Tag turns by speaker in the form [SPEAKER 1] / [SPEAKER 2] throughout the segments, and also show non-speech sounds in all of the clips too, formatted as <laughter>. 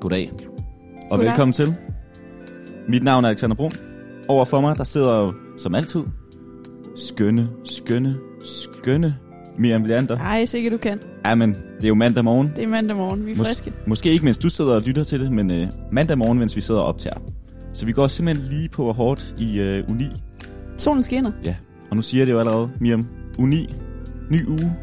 [SPEAKER 1] Goddag. Og
[SPEAKER 2] Goddag.
[SPEAKER 1] velkommen til. Mit navn er Alexander Brun. Over for mig, der sidder jo, som altid, skønne, skønne, skønne Miriam Leander.
[SPEAKER 2] Ej, sikkert du kan.
[SPEAKER 1] Ja, men det er jo mandag morgen.
[SPEAKER 2] Det er mandag morgen. Vi er friske.
[SPEAKER 1] Mås- måske ikke, mens du sidder og lytter til det, men øh, mandag morgen, mens vi sidder og optager. Så vi går simpelthen lige på og hårdt i øh, uni.
[SPEAKER 2] Solen skinner.
[SPEAKER 1] Ja. Og nu siger jeg det jo allerede, Miriam. Uni. Ny uge.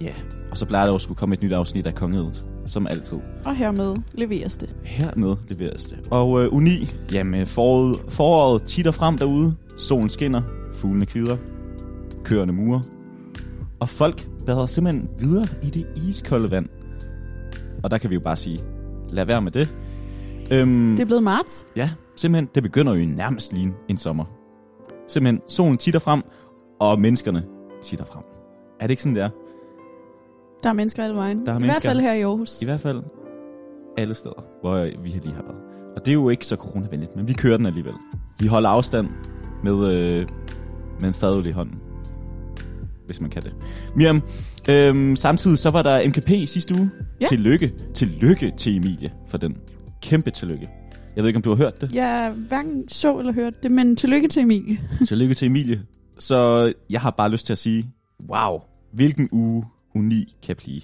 [SPEAKER 1] Ja. Yeah. Og så plejer der jo at skulle komme et nyt afsnit af Kongeriget. Som altid.
[SPEAKER 2] Og hermed leveres det.
[SPEAKER 1] Hermed leveres det. Og øh, uni, jamen foråret, foråret titter frem derude. Solen skinner, fuglene kvider, kørende murer. Og folk bader simpelthen videre i det iskolde vand. Og der kan vi jo bare sige, lad være med det. Øhm,
[SPEAKER 2] Det er blevet marts.
[SPEAKER 1] Ja, simpelthen, det begynder jo nærmest lige en sommer. Simpelthen, solen titter frem, og menneskerne titter frem. Er det ikke sådan, det er?
[SPEAKER 2] Der er mennesker alle vejen.
[SPEAKER 1] Der er
[SPEAKER 2] I hvert
[SPEAKER 1] mennesker.
[SPEAKER 2] fald her i Aarhus.
[SPEAKER 1] I hvert fald alle steder, hvor vi lige har været. Og det er jo ikke så coronavenligt, men vi kører den alligevel. Vi holder afstand med, øh, med en fadøl i hånden. Hvis man kan det. Miriam, øhm, samtidig så var der MKP i sidste uge.
[SPEAKER 2] Ja.
[SPEAKER 1] Tillykke. Tillykke til Emilie for den. Kæmpe tillykke. Jeg ved ikke, om du har hørt det.
[SPEAKER 2] Jeg hverken så eller hørte det, men tillykke til Emilie.
[SPEAKER 1] <laughs> Tillykke til Emilie. Så jeg har bare lyst til at sige, wow, hvilken uge uni kan blive.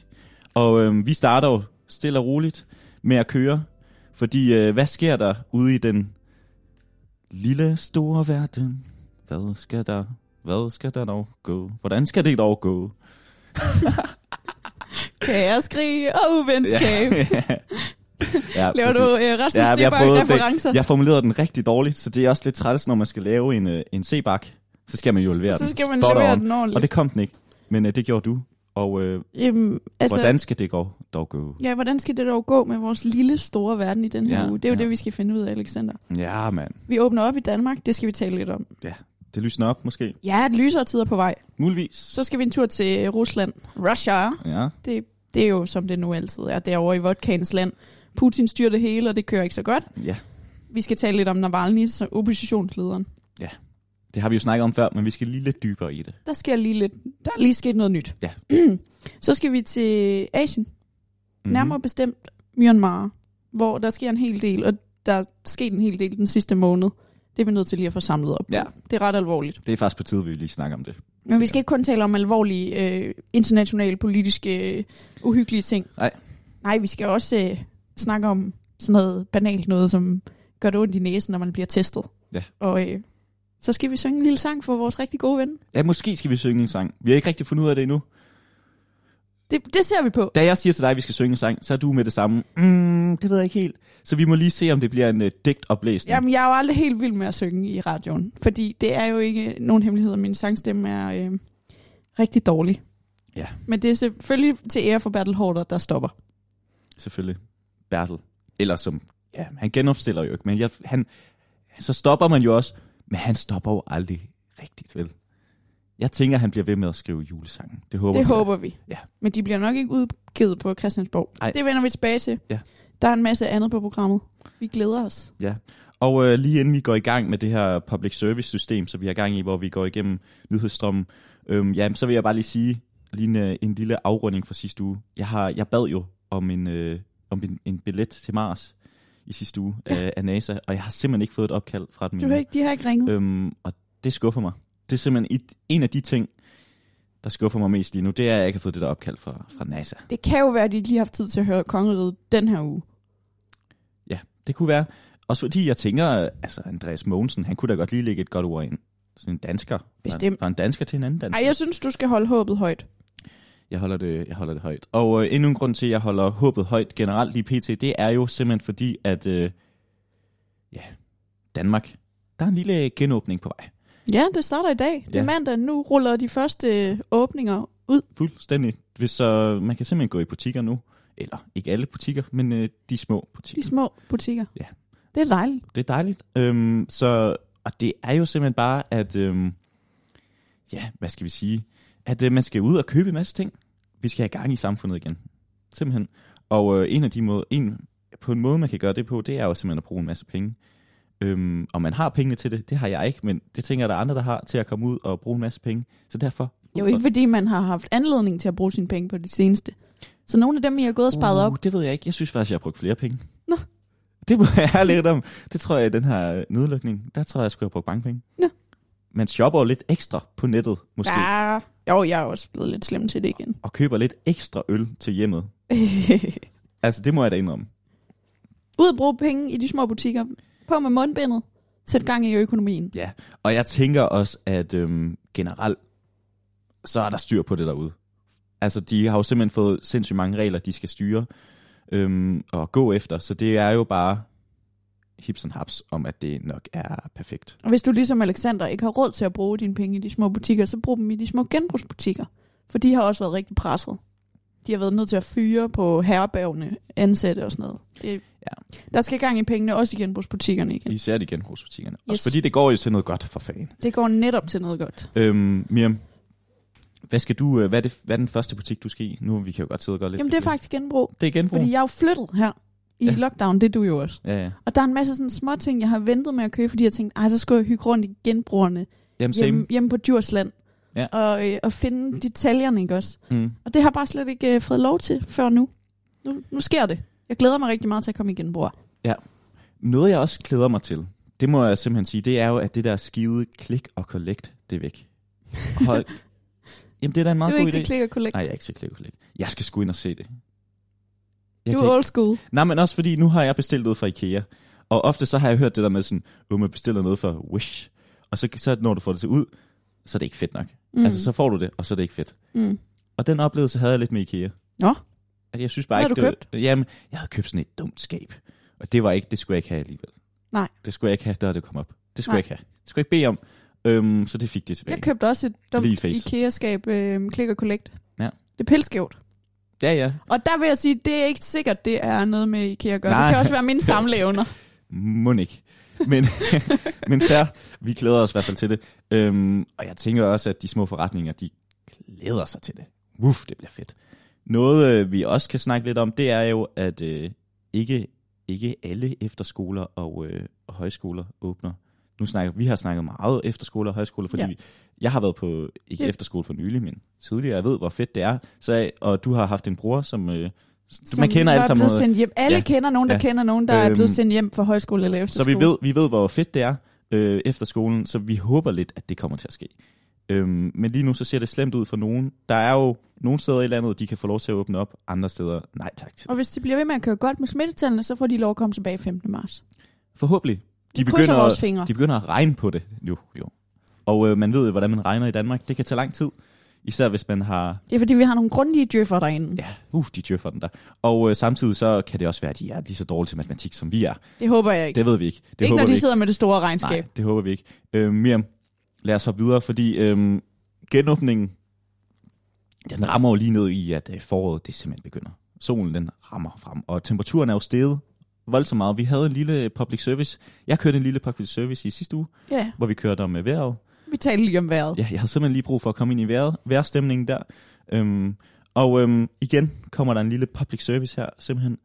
[SPEAKER 1] Og øhm, vi starter jo stille og roligt med at køre, fordi øh, hvad sker der ude i den lille store verden? Hvad skal der, hvad skal der dog gå? Hvordan skal det dog gå?
[SPEAKER 2] Kæreskrige og uvenskab. Ja,
[SPEAKER 1] <laughs> ja,
[SPEAKER 2] Laver
[SPEAKER 1] præcis.
[SPEAKER 2] du øh, Rasmus
[SPEAKER 1] Ja, men jeg
[SPEAKER 2] Sebak
[SPEAKER 1] prøvede det.
[SPEAKER 2] referencer?
[SPEAKER 1] Jeg formulerede den rigtig dårligt, så det er også lidt træls, når man skal lave en, øh, en C-bak. Så skal man jo levere
[SPEAKER 2] Så
[SPEAKER 1] den.
[SPEAKER 2] skal man
[SPEAKER 1] spot
[SPEAKER 2] levere
[SPEAKER 1] on.
[SPEAKER 2] den ordentligt.
[SPEAKER 1] Og det kom den ikke. Men øh, det gjorde du. Og øh,
[SPEAKER 2] Jamen, altså,
[SPEAKER 1] altså, hvordan skal det gå, dog gå?
[SPEAKER 2] Ja, hvordan skal det dog gå med vores lille store verden i den her
[SPEAKER 1] Ja,
[SPEAKER 2] uge? Det er jo
[SPEAKER 1] ja.
[SPEAKER 2] det, vi skal finde ud af, Alexander.
[SPEAKER 1] Ja, mand.
[SPEAKER 2] Vi åbner op i Danmark, det skal vi tale lidt om.
[SPEAKER 1] Det lysner op, måske.
[SPEAKER 2] Ja, at lysere tider på vej.
[SPEAKER 1] Muligvis.
[SPEAKER 2] Så skal vi en tur til øh, Rusland. Russia.
[SPEAKER 1] Ja.
[SPEAKER 2] Det, det er jo, som det nu altid er, derovre i vodkaens land. Putin styrer det hele, og det kører ikke så godt.
[SPEAKER 1] ja,
[SPEAKER 2] Vi skal tale lidt om Navalny, som oppositionslederen.
[SPEAKER 1] det har vi jo snakket om før, men vi skal lige lidt dybere i det.
[SPEAKER 2] Der sker lige lidt, der er lige sket noget nyt.
[SPEAKER 1] Ja.
[SPEAKER 2] <clears throat> så skal vi til Asien,
[SPEAKER 1] Mm-hmm.
[SPEAKER 2] Mhm. nærmere bestemt Myanmar, hvor der sker en hel del, og der er sket en hel del den sidste måned. Det er vi nødt til lige at få samlet op. på.
[SPEAKER 1] Ja.
[SPEAKER 2] Det er ret alvorligt.
[SPEAKER 1] Det er faktisk på tide, vi lige snakker om det.
[SPEAKER 2] Men vi skal ikke kun tale om alvorlige øh, internationale, politiske, øh, uhyggelige ting.
[SPEAKER 1] Nej.
[SPEAKER 2] Nej, vi skal også øh, snakke om sådan noget banalt noget, som gør det ondt i næsen, når man bliver testet.
[SPEAKER 1] Ja.
[SPEAKER 2] Og øh, så skal vi synge en lille sang for vores rigtig gode ven.
[SPEAKER 1] Ja, måske skal vi synge en sang. Vi har ikke rigtig fundet ud af det endnu.
[SPEAKER 2] Det, det ser vi på.
[SPEAKER 1] Da jeg siger til dig, at vi skal synge en sang, så er du med det samme. Mm, det ved jeg ikke helt. Så vi må lige se, om det bliver en uh, digtoplæsning.
[SPEAKER 2] Jamen, jeg er jo aldrig helt vild med at synge i radioen, fordi det er jo ikke nogen hemmelighed, at min sangstemme er øh, rigtig dårlig.
[SPEAKER 1] Ja.
[SPEAKER 2] Men det er selvfølgelig til ære for Bertel Hårder, der stopper.
[SPEAKER 1] selvfølgelig. Bertel. Eller som, ja, han genopstiller jo ikke, men jeg, han, så stopper man jo også, men han stopper jo aldrig rigtigt, vel? Jeg tænker, han bliver ved med at skrive julesangen. Det håber
[SPEAKER 2] Det
[SPEAKER 1] jeg.
[SPEAKER 2] håber vi.
[SPEAKER 1] Ja.
[SPEAKER 2] Men de bliver nok ikke udgivet på Christiansborg.
[SPEAKER 1] Ej.
[SPEAKER 2] Det vender vi tilbage til.
[SPEAKER 1] Ja.
[SPEAKER 2] Der er en masse andet på programmet. Vi glæder os.
[SPEAKER 1] Og øh, lige inden vi går i gang med det her public service system, så vi har gang i, hvor vi går igennem nyhedsstrømmen, øhm, ja, så vil jeg bare lige sige lige en, øh, en lille afrunding fra sidste uge. Jeg, har, jeg bad jo om en, øh, om en, en billet til Mars i sidste uge af, af NASA, og jeg har simpelthen ikke fået et opkald fra dem
[SPEAKER 2] Du
[SPEAKER 1] endnu.
[SPEAKER 2] har ikke, de har ikke ringet.
[SPEAKER 1] Øhm, og det skuffer mig. Det er simpelthen et, en af de ting, der skuffer mig mest lige nu, det er, at jeg ikke har fået det der opkald fra, fra NASA.
[SPEAKER 2] Det kan jo være, at de ikke lige har haft tid til at høre kongeriget den her uge.
[SPEAKER 1] Ja, det kunne være. Også fordi jeg tænker, altså Andreas Mogensen, han kunne da godt lige lægge et godt ord ind. Sådan en dansker.
[SPEAKER 2] Bestemt.
[SPEAKER 1] Fra en dansker til en anden dansker.
[SPEAKER 2] Ej, jeg synes, du skal holde håbet højt.
[SPEAKER 1] Jeg holder det, jeg holder det højt. Og øh, endnu en grund til, at jeg holder håbet højt generelt lige pt, det er jo simpelthen fordi, at øh, ja, Danmark, der er en lille genåbning på vej.
[SPEAKER 2] Ja, det starter i dag. Det er
[SPEAKER 1] Ja.
[SPEAKER 2] mandag. Nu ruller de første øh, åbninger ud.
[SPEAKER 1] Fuldstændig. Hvis, så man kan simpelthen gå i butikker nu. Eller ikke alle butikker, men øh, de små butikker.
[SPEAKER 2] De små butikker.
[SPEAKER 1] Ja.
[SPEAKER 2] Det er dejligt.
[SPEAKER 1] Det er dejligt. Øhm, så, og det er jo simpelthen bare, at... Øhm, ja, hvad skal vi sige? At øh, man skal ud og købe en masse ting. Vi skal have gang i samfundet igen. Simpelthen. Og øh, en af de måder... En, på en måde, man kan gøre det på, det er jo simpelthen at bruge en masse penge. Øhm, og man har pengene til det. Det har jeg ikke, men det tænker jeg, der er andre, der har til at komme ud og bruge en masse penge. Så derfor...
[SPEAKER 2] Det er jo ikke, fordi man har haft anledning til at bruge sine penge på det seneste. Så nogle af dem, I har gået og sparet op,
[SPEAKER 1] Uh, Det ved jeg ikke. Jeg synes faktisk, jeg har brugt flere penge.
[SPEAKER 2] Nå.
[SPEAKER 1] Det må jeg have lidt om. Det tror jeg, i den her øh, nedlukning, der tror jeg, jeg skulle have brugt mange penge.
[SPEAKER 2] Nå.
[SPEAKER 1] Man shopper jo lidt ekstra på nettet, måske. Ja.
[SPEAKER 2] ja, jo, jeg er også blevet lidt slem til det igen.
[SPEAKER 1] Og køber lidt ekstra øl til hjemmet.
[SPEAKER 2] <laughs>
[SPEAKER 1] Altså, det må jeg da indrømme.
[SPEAKER 2] Ud at bruge penge i de små butikker. På med mundbindet. Sæt gang i økonomien.
[SPEAKER 1] Ja, og jeg tænker også, at øhm, generelt, så er der styr på det derude. Altså, de har jo simpelthen fået sindssygt mange regler, de skal styre øhm, og gå efter, så det er jo bare hips and haps om, at det nok er perfekt.
[SPEAKER 2] Og hvis du ligesom Alexander ikke har råd til at bruge dine penge i de små butikker, så brug dem i de små genbrugsbutikker. For de har også været rigtig presset. De har været nødt til at fyre på herrebærgene, ansatte og sådan noget. Det,
[SPEAKER 1] Ja.
[SPEAKER 2] Der skal gang i pengene, også i genbrugsbutikkerne igen.
[SPEAKER 1] Især de genbrugsbutikkerne. Yes.
[SPEAKER 2] Yes.
[SPEAKER 1] Også fordi det går jo til noget godt for fanden.
[SPEAKER 2] Det går netop til noget godt.
[SPEAKER 1] Øhm, Miriam, hvad, skal du, øh, hvad, er det, hvad er den første butik, du skal i? Nu vi kan jo godt sidde og gøre lidt.
[SPEAKER 2] Jamen det er
[SPEAKER 1] reklame.
[SPEAKER 2] faktisk genbrug.
[SPEAKER 1] Det er genbrug.
[SPEAKER 2] Fordi jeg er jo flyttet her i
[SPEAKER 1] Ja.
[SPEAKER 2] ja. lockdown, det er du jo også.
[SPEAKER 1] Ja, ja.
[SPEAKER 2] Og der er en masse sådan små ting, jeg har ventet med at købe, fordi jeg tænkte, ej, så skulle jeg hygge rundt i genbrugerne
[SPEAKER 1] Jamen, same.
[SPEAKER 2] hjemme, hjemme på Djursland.
[SPEAKER 1] Ja.
[SPEAKER 2] Og, øh, og finde detaljerne, ikke også?
[SPEAKER 1] Mm.
[SPEAKER 2] Og det har jeg bare slet ikke øh, fået lov til før nu. nu. Nu sker det. Jeg glæder mig rigtig meget til at komme i genbruger.
[SPEAKER 1] Noget, jeg også glæder mig til, det må jeg simpelthen sige, det er jo, at det der skide klik og collect, det er væk.
[SPEAKER 2] <laughs>
[SPEAKER 1] Hold. Jamen, det er da en
[SPEAKER 2] Du
[SPEAKER 1] meget
[SPEAKER 2] er
[SPEAKER 1] god
[SPEAKER 2] ikke
[SPEAKER 1] idé.
[SPEAKER 2] til klik og collect.
[SPEAKER 1] Nej, jeg er ikke til klik og collect. Jeg skal sgu ind og se det. Jeg
[SPEAKER 2] Du
[SPEAKER 1] kan
[SPEAKER 2] er old school.
[SPEAKER 1] Nej, men også fordi, nu har jeg bestilt noget fra Ikea. Og ofte så har jeg hørt det der med sådan, at man bestiller noget fra Wish. Og så, så når du får det til ud, så er det ikke fedt nok. Mm. Altså, så får du det, og så er det ikke fedt.
[SPEAKER 2] mm.
[SPEAKER 1] Og den oplevelse havde jeg lidt med Ikea.
[SPEAKER 2] Nå.
[SPEAKER 1] At jeg synes bare
[SPEAKER 2] Hvad
[SPEAKER 1] ikke,
[SPEAKER 2] har du
[SPEAKER 1] det var- Jamen, jeg havde købt sådan et dumt skab. Og det var ikke, det skulle jeg ikke have alligevel.
[SPEAKER 2] Nej.
[SPEAKER 1] Det skulle jeg ikke have, da det kom op. Det skulle
[SPEAKER 2] Nej.
[SPEAKER 1] jeg ikke have. Det skulle jeg ikke bede om. Øhm, så det fik det tilbage.
[SPEAKER 2] Jeg købte også et
[SPEAKER 1] Lige
[SPEAKER 2] dumt
[SPEAKER 1] face.
[SPEAKER 2] IKEA-skab, øh, klik og collect.
[SPEAKER 1] Ja.
[SPEAKER 2] Det er pilskævt.
[SPEAKER 1] Ja, ja.
[SPEAKER 2] Og der vil jeg sige, det er ikke sikkert, det er noget med IKEA at gøre.
[SPEAKER 1] Nej.
[SPEAKER 2] Det kan også være
[SPEAKER 1] <laughs>
[SPEAKER 2] mine samlevner.
[SPEAKER 1] Må ikke. Men, <laughs> men fair, vi glæder os i hvert fald til det. Øhm, og jeg tænker også, at de små forretninger, de glæder sig til det. Wuff, det bliver fedt. Noget, øh, vi også kan snakke lidt om, det er jo, at øh, ikke, ikke alle efterskoler og øh, og højskoler åbner. Nu snakker, vi har snakket meget efterskoler og højskoler, fordi
[SPEAKER 2] Ja.
[SPEAKER 1] ja. vi, jeg har været på, ikke
[SPEAKER 2] Ja.
[SPEAKER 1] efterskole for nylig, men tidligere, jeg ved, hvor fedt det er. Så, og du har haft en bror, som... Øh, som man kender alle
[SPEAKER 2] alle
[SPEAKER 1] sammen
[SPEAKER 2] blevet sendt hjem. Alle
[SPEAKER 1] Ja.
[SPEAKER 2] ja. kender nogen, der
[SPEAKER 1] Ja.
[SPEAKER 2] ja. kender nogen, der øhm. er
[SPEAKER 1] Øhm,
[SPEAKER 2] blevet sendt hjem fra højskole eller
[SPEAKER 1] Så
[SPEAKER 2] efterskole.
[SPEAKER 1] vi ved, vi ved, hvor fedt det er øh, efter skolen, så vi håber lidt, at det kommer til at ske. Øhm, men lige nu så ser det slemt ud for nogen. Der er jo nogle steder i landet, de kan få lov til at åbne op, andre steder nej tak til.
[SPEAKER 2] Og hvis de bliver ved med at køre godt med smittetallene, så får de lov at komme tilbage 15. marts.
[SPEAKER 1] Forhåbentlig. De
[SPEAKER 2] Vi krydser
[SPEAKER 1] begynder,
[SPEAKER 2] vores fingre.
[SPEAKER 1] de begynder at regne på det nu. Jo. Og øh, man ved jo, hvordan man regner i Danmark. Det kan tage lang tid. Især hvis man har...
[SPEAKER 2] Det er fordi, vi har nogle grundige djøffer derinde. Ja.
[SPEAKER 1] Ja, uh, de djøffer den der. Og øh, samtidig så kan det også være, at de er lige så dårlige til matematik, som vi er.
[SPEAKER 2] Det håber jeg ikke. Det,
[SPEAKER 1] Det ved vi ikke. Det
[SPEAKER 2] det ikke
[SPEAKER 1] håber
[SPEAKER 2] når
[SPEAKER 1] vi
[SPEAKER 2] de
[SPEAKER 1] ikke.
[SPEAKER 2] sidder med det store regnskab.
[SPEAKER 1] Nej, det håber vi ikke. Øh, Miriam, lad os hoppe videre, fordi øh, genåbningen, den rammer jo lige ned i, at øh, foråret det simpelthen begynder. Solen den rammer frem, og temperaturen er jo steget voldsomt meget. Vi havde en lille øh, public service. Jeg kørte en lille public service i sidste uge,
[SPEAKER 2] Ja,
[SPEAKER 1] hvor vi kørte om øh, vejret.
[SPEAKER 2] vi taler lige om vejret. Ja.
[SPEAKER 1] Ja, jeg havde simpelthen lige brug for at komme ind i vejret, vejrstemningen der. Øhm, og øhm, igen kommer der en lille public service her, simpelthen.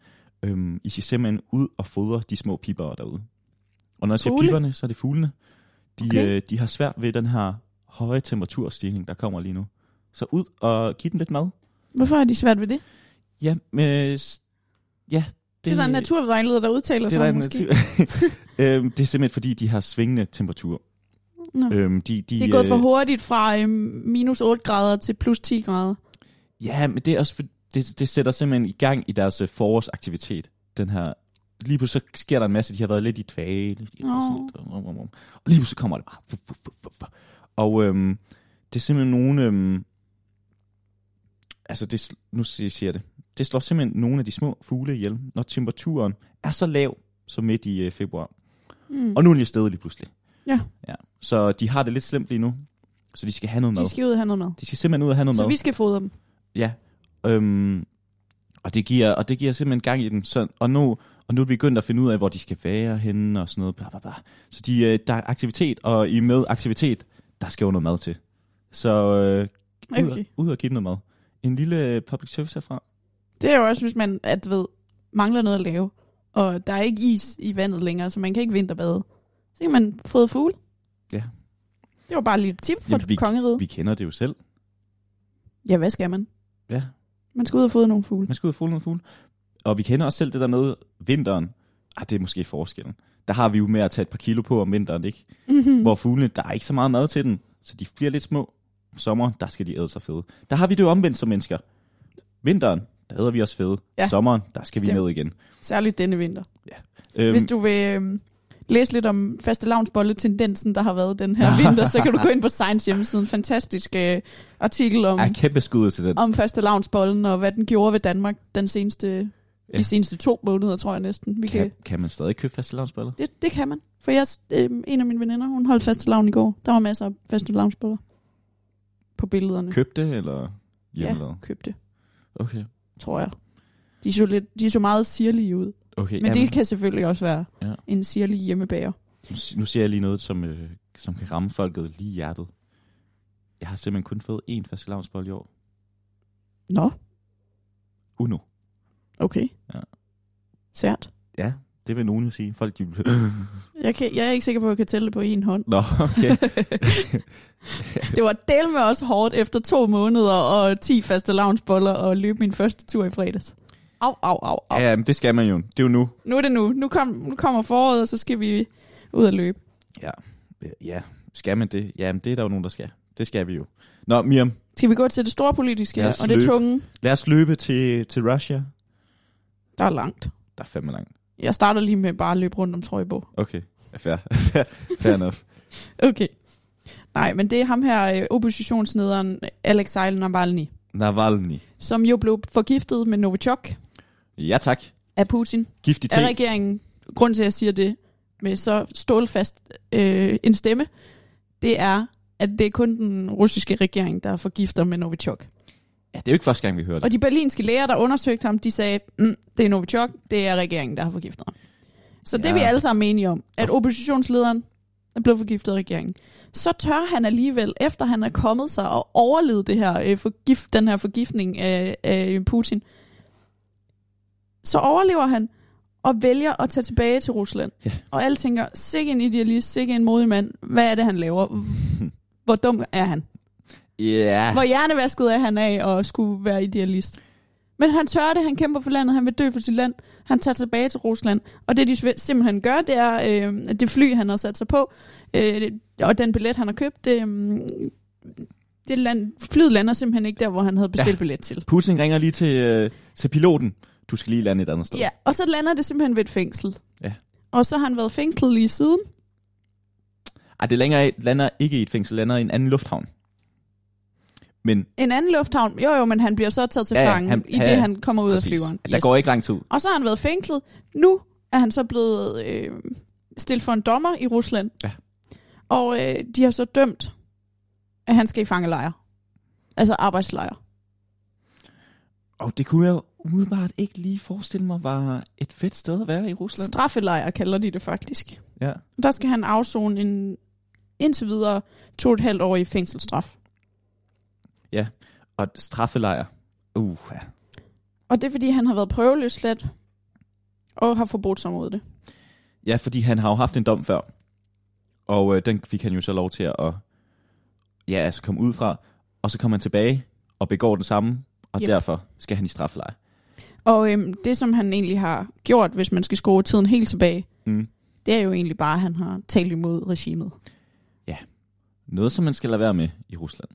[SPEAKER 1] Øhm, I skal simpelthen ud og fodre de små pibere derude. Og når jeg siger
[SPEAKER 2] Fugle?
[SPEAKER 1] piberne, så er det fuglene. De,
[SPEAKER 2] Okay.
[SPEAKER 1] øh, de har svært ved den her høje temperaturstigning, der kommer lige nu. Så ud og give dem lidt mad.
[SPEAKER 2] Hvorfor er de svært ved det?
[SPEAKER 1] Ja, men, s- ja
[SPEAKER 2] Det, er der en naturvejleder, der udtaler
[SPEAKER 1] det
[SPEAKER 2] sig
[SPEAKER 1] er der
[SPEAKER 2] om,
[SPEAKER 1] en
[SPEAKER 2] måske.
[SPEAKER 1] natur. <laughs> øhm, det er simpelthen fordi, de har svingende temperatur.
[SPEAKER 2] Nå.
[SPEAKER 1] Øhm, de, de,
[SPEAKER 2] Det er gået
[SPEAKER 1] øh,
[SPEAKER 2] for hurtigt fra øh, minus 8 grader til plus 10 grader.
[SPEAKER 1] Ja, men det er også for, det, det sætter simpelthen i gang i deres øh, forårsaktivitet, den her lige pludselig så sker der en masse, de har været lidt i dvale, de har været sådan
[SPEAKER 2] Åh.
[SPEAKER 1] lidt, rum, rum, rum. og lige pludselig kommer det bare, fu- fu- fu- fu- fu. og øhm, det er simpelthen nogle, øhm, altså det, sl- nu siger siger jeg det, det slår simpelthen nogle af de små fugle ihjel, når temperaturen er så lav som midt i øh, februar,
[SPEAKER 2] Mm.
[SPEAKER 1] og nu er den jo stedet lige pludselig.
[SPEAKER 2] Ja.
[SPEAKER 1] ja. Så de har det lidt slemt lige nu, så de skal have noget mad.
[SPEAKER 2] De skal ud og have noget mad.
[SPEAKER 1] De skal simpelthen ud og have noget
[SPEAKER 2] Så
[SPEAKER 1] mad.
[SPEAKER 2] vi skal fodre dem.
[SPEAKER 1] Ja. Øhm, og, det giver, og det giver simpelthen gang i dem. Så, og, nu, og nu er vi begyndt at finde ud af, hvor de skal være henne og sådan noget. Bla, bla, bla. Så de, øh, der er aktivitet, og i med aktivitet, der skal jo noget mad til. Så øh, ud,
[SPEAKER 2] Okay.
[SPEAKER 1] og, ud og give dem noget mad. En lille øh, public service herfra.
[SPEAKER 2] Det er jo også, hvis man at, ved, mangler noget at lave, og der er ikke is i vandet længere, så man kan ikke vinterbade. Så kan man fodre fugle.
[SPEAKER 1] Ja.
[SPEAKER 2] Det var bare lige et tip fra
[SPEAKER 1] Jamen, vi-
[SPEAKER 2] kongeriget.
[SPEAKER 1] Vi kender det jo selv.
[SPEAKER 2] Ja, hvad skal man?
[SPEAKER 1] Ja.
[SPEAKER 2] Man skal ud og fodre nogle fugle.
[SPEAKER 1] Man skal ud og fodre nogle fugle. Og vi kender også selv det der med vinteren. Ah, det er måske forskellen. Der har vi jo med at tage et par kilo på om vinteren, ikke? <laughs>
[SPEAKER 2] Mm-hmm.
[SPEAKER 1] Hvor fuglene, der er ikke så meget mad til dem, så de bliver lidt små. Om sommeren, der skal de æde sig fede. Der har vi det jo omvendt som mennesker. Vinteren, der æder vi os fede.
[SPEAKER 2] Ja.
[SPEAKER 1] Ja. Sommeren, der skal
[SPEAKER 2] Stem.
[SPEAKER 1] vi ned igen.
[SPEAKER 2] Særligt denne vinter.
[SPEAKER 1] Øhm,
[SPEAKER 2] Hvis du vil øhm, læse lidt om fastelavnsbolle-tendensen, der har været den her <laughs> vinter, så kan du gå ind på Science hjemmesiden. Fantastisk øh, artikel om,
[SPEAKER 1] er kæmpe skud til den.
[SPEAKER 2] om fastelavnsbollen og hvad den gjorde ved Danmark den seneste, ja.
[SPEAKER 1] Ja.
[SPEAKER 2] de seneste to måneder, tror jeg næsten. Vi kan,
[SPEAKER 1] Kan, kan man stadig købe fastelavnsboller?
[SPEAKER 2] det, det kan man. For jeg, øh, en af mine veninder, hun holdt fastelavn i går. Der var masser af fastelavnsboller på billederne.
[SPEAKER 1] Købte eller hjemmelavet?
[SPEAKER 2] købte,
[SPEAKER 1] Ja. Okay.
[SPEAKER 2] tror jeg. De så, lidt, de så meget sirlige ud.
[SPEAKER 1] okay.
[SPEAKER 2] Men det kan selvfølgelig også være ja.
[SPEAKER 1] Ja.
[SPEAKER 2] en sirlig hjemmebager.
[SPEAKER 1] Nu- Nu siger jeg lige noget, som, øh, som kan ramme folket lige i hjertet. Jeg har simpelthen kun fået én fastelavnsbolle i år.
[SPEAKER 2] Nå,
[SPEAKER 1] Uno.
[SPEAKER 2] okay.
[SPEAKER 1] Ja.
[SPEAKER 2] Sært.
[SPEAKER 1] Ja, det vil nogen jo sige. Folk, de...
[SPEAKER 2] Jeg, kan, jeg er ikke sikker på, at jeg kan tælle det på en hånd.
[SPEAKER 1] <laughs> Nå,
[SPEAKER 2] <laughs>
[SPEAKER 1] okay. <laughs>
[SPEAKER 2] Det var del med også hårdt efter to måneder og 10 faste lavnsboller og løbe min første tur i fredags. Au, au, au, au.
[SPEAKER 1] ja, men det skal man jo. Det er jo nu.
[SPEAKER 2] Nu er det nu. Nu, kom, nu kommer foråret, og så skal vi ud og løbe.
[SPEAKER 1] Ja, skal man det? Ja, men det er der jo nogen, der skal. Det skal vi jo. Nå, Miriam,
[SPEAKER 2] Skal vi gå til det store politiske
[SPEAKER 1] Lad os
[SPEAKER 2] og det
[SPEAKER 1] løbe.
[SPEAKER 2] tunge?
[SPEAKER 1] lad os løbe til, til Russia.
[SPEAKER 2] Der er langt.
[SPEAKER 1] Der er fandme langt.
[SPEAKER 2] Jeg starter lige med bare at løbe rundt om Trøjborg.
[SPEAKER 1] Okay, fair. <laughs> fair, fair enough.
[SPEAKER 2] Okay. Nej, men det er ham her, øh, oppositionslederen Alexej Navalny,
[SPEAKER 1] Navalny.
[SPEAKER 2] som jo blev forgiftet med Novichok
[SPEAKER 1] Ja tak.
[SPEAKER 2] af Putin.
[SPEAKER 1] Giftig ting.
[SPEAKER 2] Af regeringen, grund til, at jeg siger det med så stålfast øh, en stemme, det er, at det er kun den russiske regering, der forgifter med Novichok.
[SPEAKER 1] Ja, det er jo ikke første gang, vi hører det.
[SPEAKER 2] Og de berlinske læger, der undersøgte ham, de sagde, mm, det er Novichok, det er regeringen, der har forgiftet ham. Så det er
[SPEAKER 1] Ja.
[SPEAKER 2] vi alle sammen enige om, at oppositionslederen er blevet forgiftet af regeringen. Så tør han alligevel, efter han er kommet sig og overlevet det her, øh, forgift, den her forgiftning af, af Putin, så overlever han og vælger at tage tilbage til Rusland.
[SPEAKER 1] Ja.
[SPEAKER 2] Og alle tænker, sikke en idealist, sikke en modig mand, hvad er det, han laver? Hvor dum er han?
[SPEAKER 1] <laughs> Ja.
[SPEAKER 2] Hvor hjernevasket er han af og skulle være idealist. Men han tør det, han kæmper for landet, han vil dø for sit land, han tager tilbage til Rusland. Og det de sve- simpelthen gør, det er, øh, at det fly, han har sat sig på, øh, og den billet, han har købt, det, øh, det land, flyet lander simpelthen ikke der, hvor han havde bestilt ja. billet til.
[SPEAKER 1] Putin ringer lige til, øh, til piloten. Du skal lige lande et andet sted.
[SPEAKER 2] Ja, og så lander det simpelthen ved et fængsel.
[SPEAKER 1] Ja.
[SPEAKER 2] Og så har han været fængslet lige siden.
[SPEAKER 1] Ej, det lander, lander ikke i et fængsel, lander i en anden lufthavn. Men
[SPEAKER 2] En anden lufthavn, jo jo, men han bliver så taget til
[SPEAKER 1] Ja, ja,
[SPEAKER 2] fange,
[SPEAKER 1] han-
[SPEAKER 2] i
[SPEAKER 1] ja,
[SPEAKER 2] det
[SPEAKER 1] ja.
[SPEAKER 2] han kommer ud af
[SPEAKER 1] præcis,
[SPEAKER 2] flyveren.
[SPEAKER 1] der går ikke lang tid.
[SPEAKER 2] Og så har han været fængslet. Nu er han så blevet øh, stillet for en dommer i Rusland.
[SPEAKER 1] Ja.
[SPEAKER 2] Og øh, de har så dømt, at han skal i fangelejre. Altså arbejdslejre.
[SPEAKER 1] Og det kunne jeg jo umiddelbart ikke lige forestille mig var et fedt sted at være i Rusland.
[SPEAKER 2] Straffelejre kalder de det faktisk.
[SPEAKER 1] Ja.
[SPEAKER 2] Der skal han afzone en indtil videre to og et halvt år i fængselsstraf.
[SPEAKER 1] Og straffelejr. Uh, ja.
[SPEAKER 2] Og det er, fordi han har været prøveløsladt og har forbrudt sig mod det.
[SPEAKER 1] ja, fordi han har jo haft en dom før. Og øh, den fik han jo så lov til at ja, altså komme ud fra. Og så kommer han tilbage og begår den samme. Og
[SPEAKER 2] Yep.
[SPEAKER 1] yep. derfor skal han i straffelejr.
[SPEAKER 2] Og øhm, det, som han egentlig har gjort, hvis man skal skrue tiden helt tilbage,
[SPEAKER 1] Mm.
[SPEAKER 2] det er jo egentlig bare, at han har talt imod regimet.
[SPEAKER 1] Noget, som man skal lade være med i Rusland.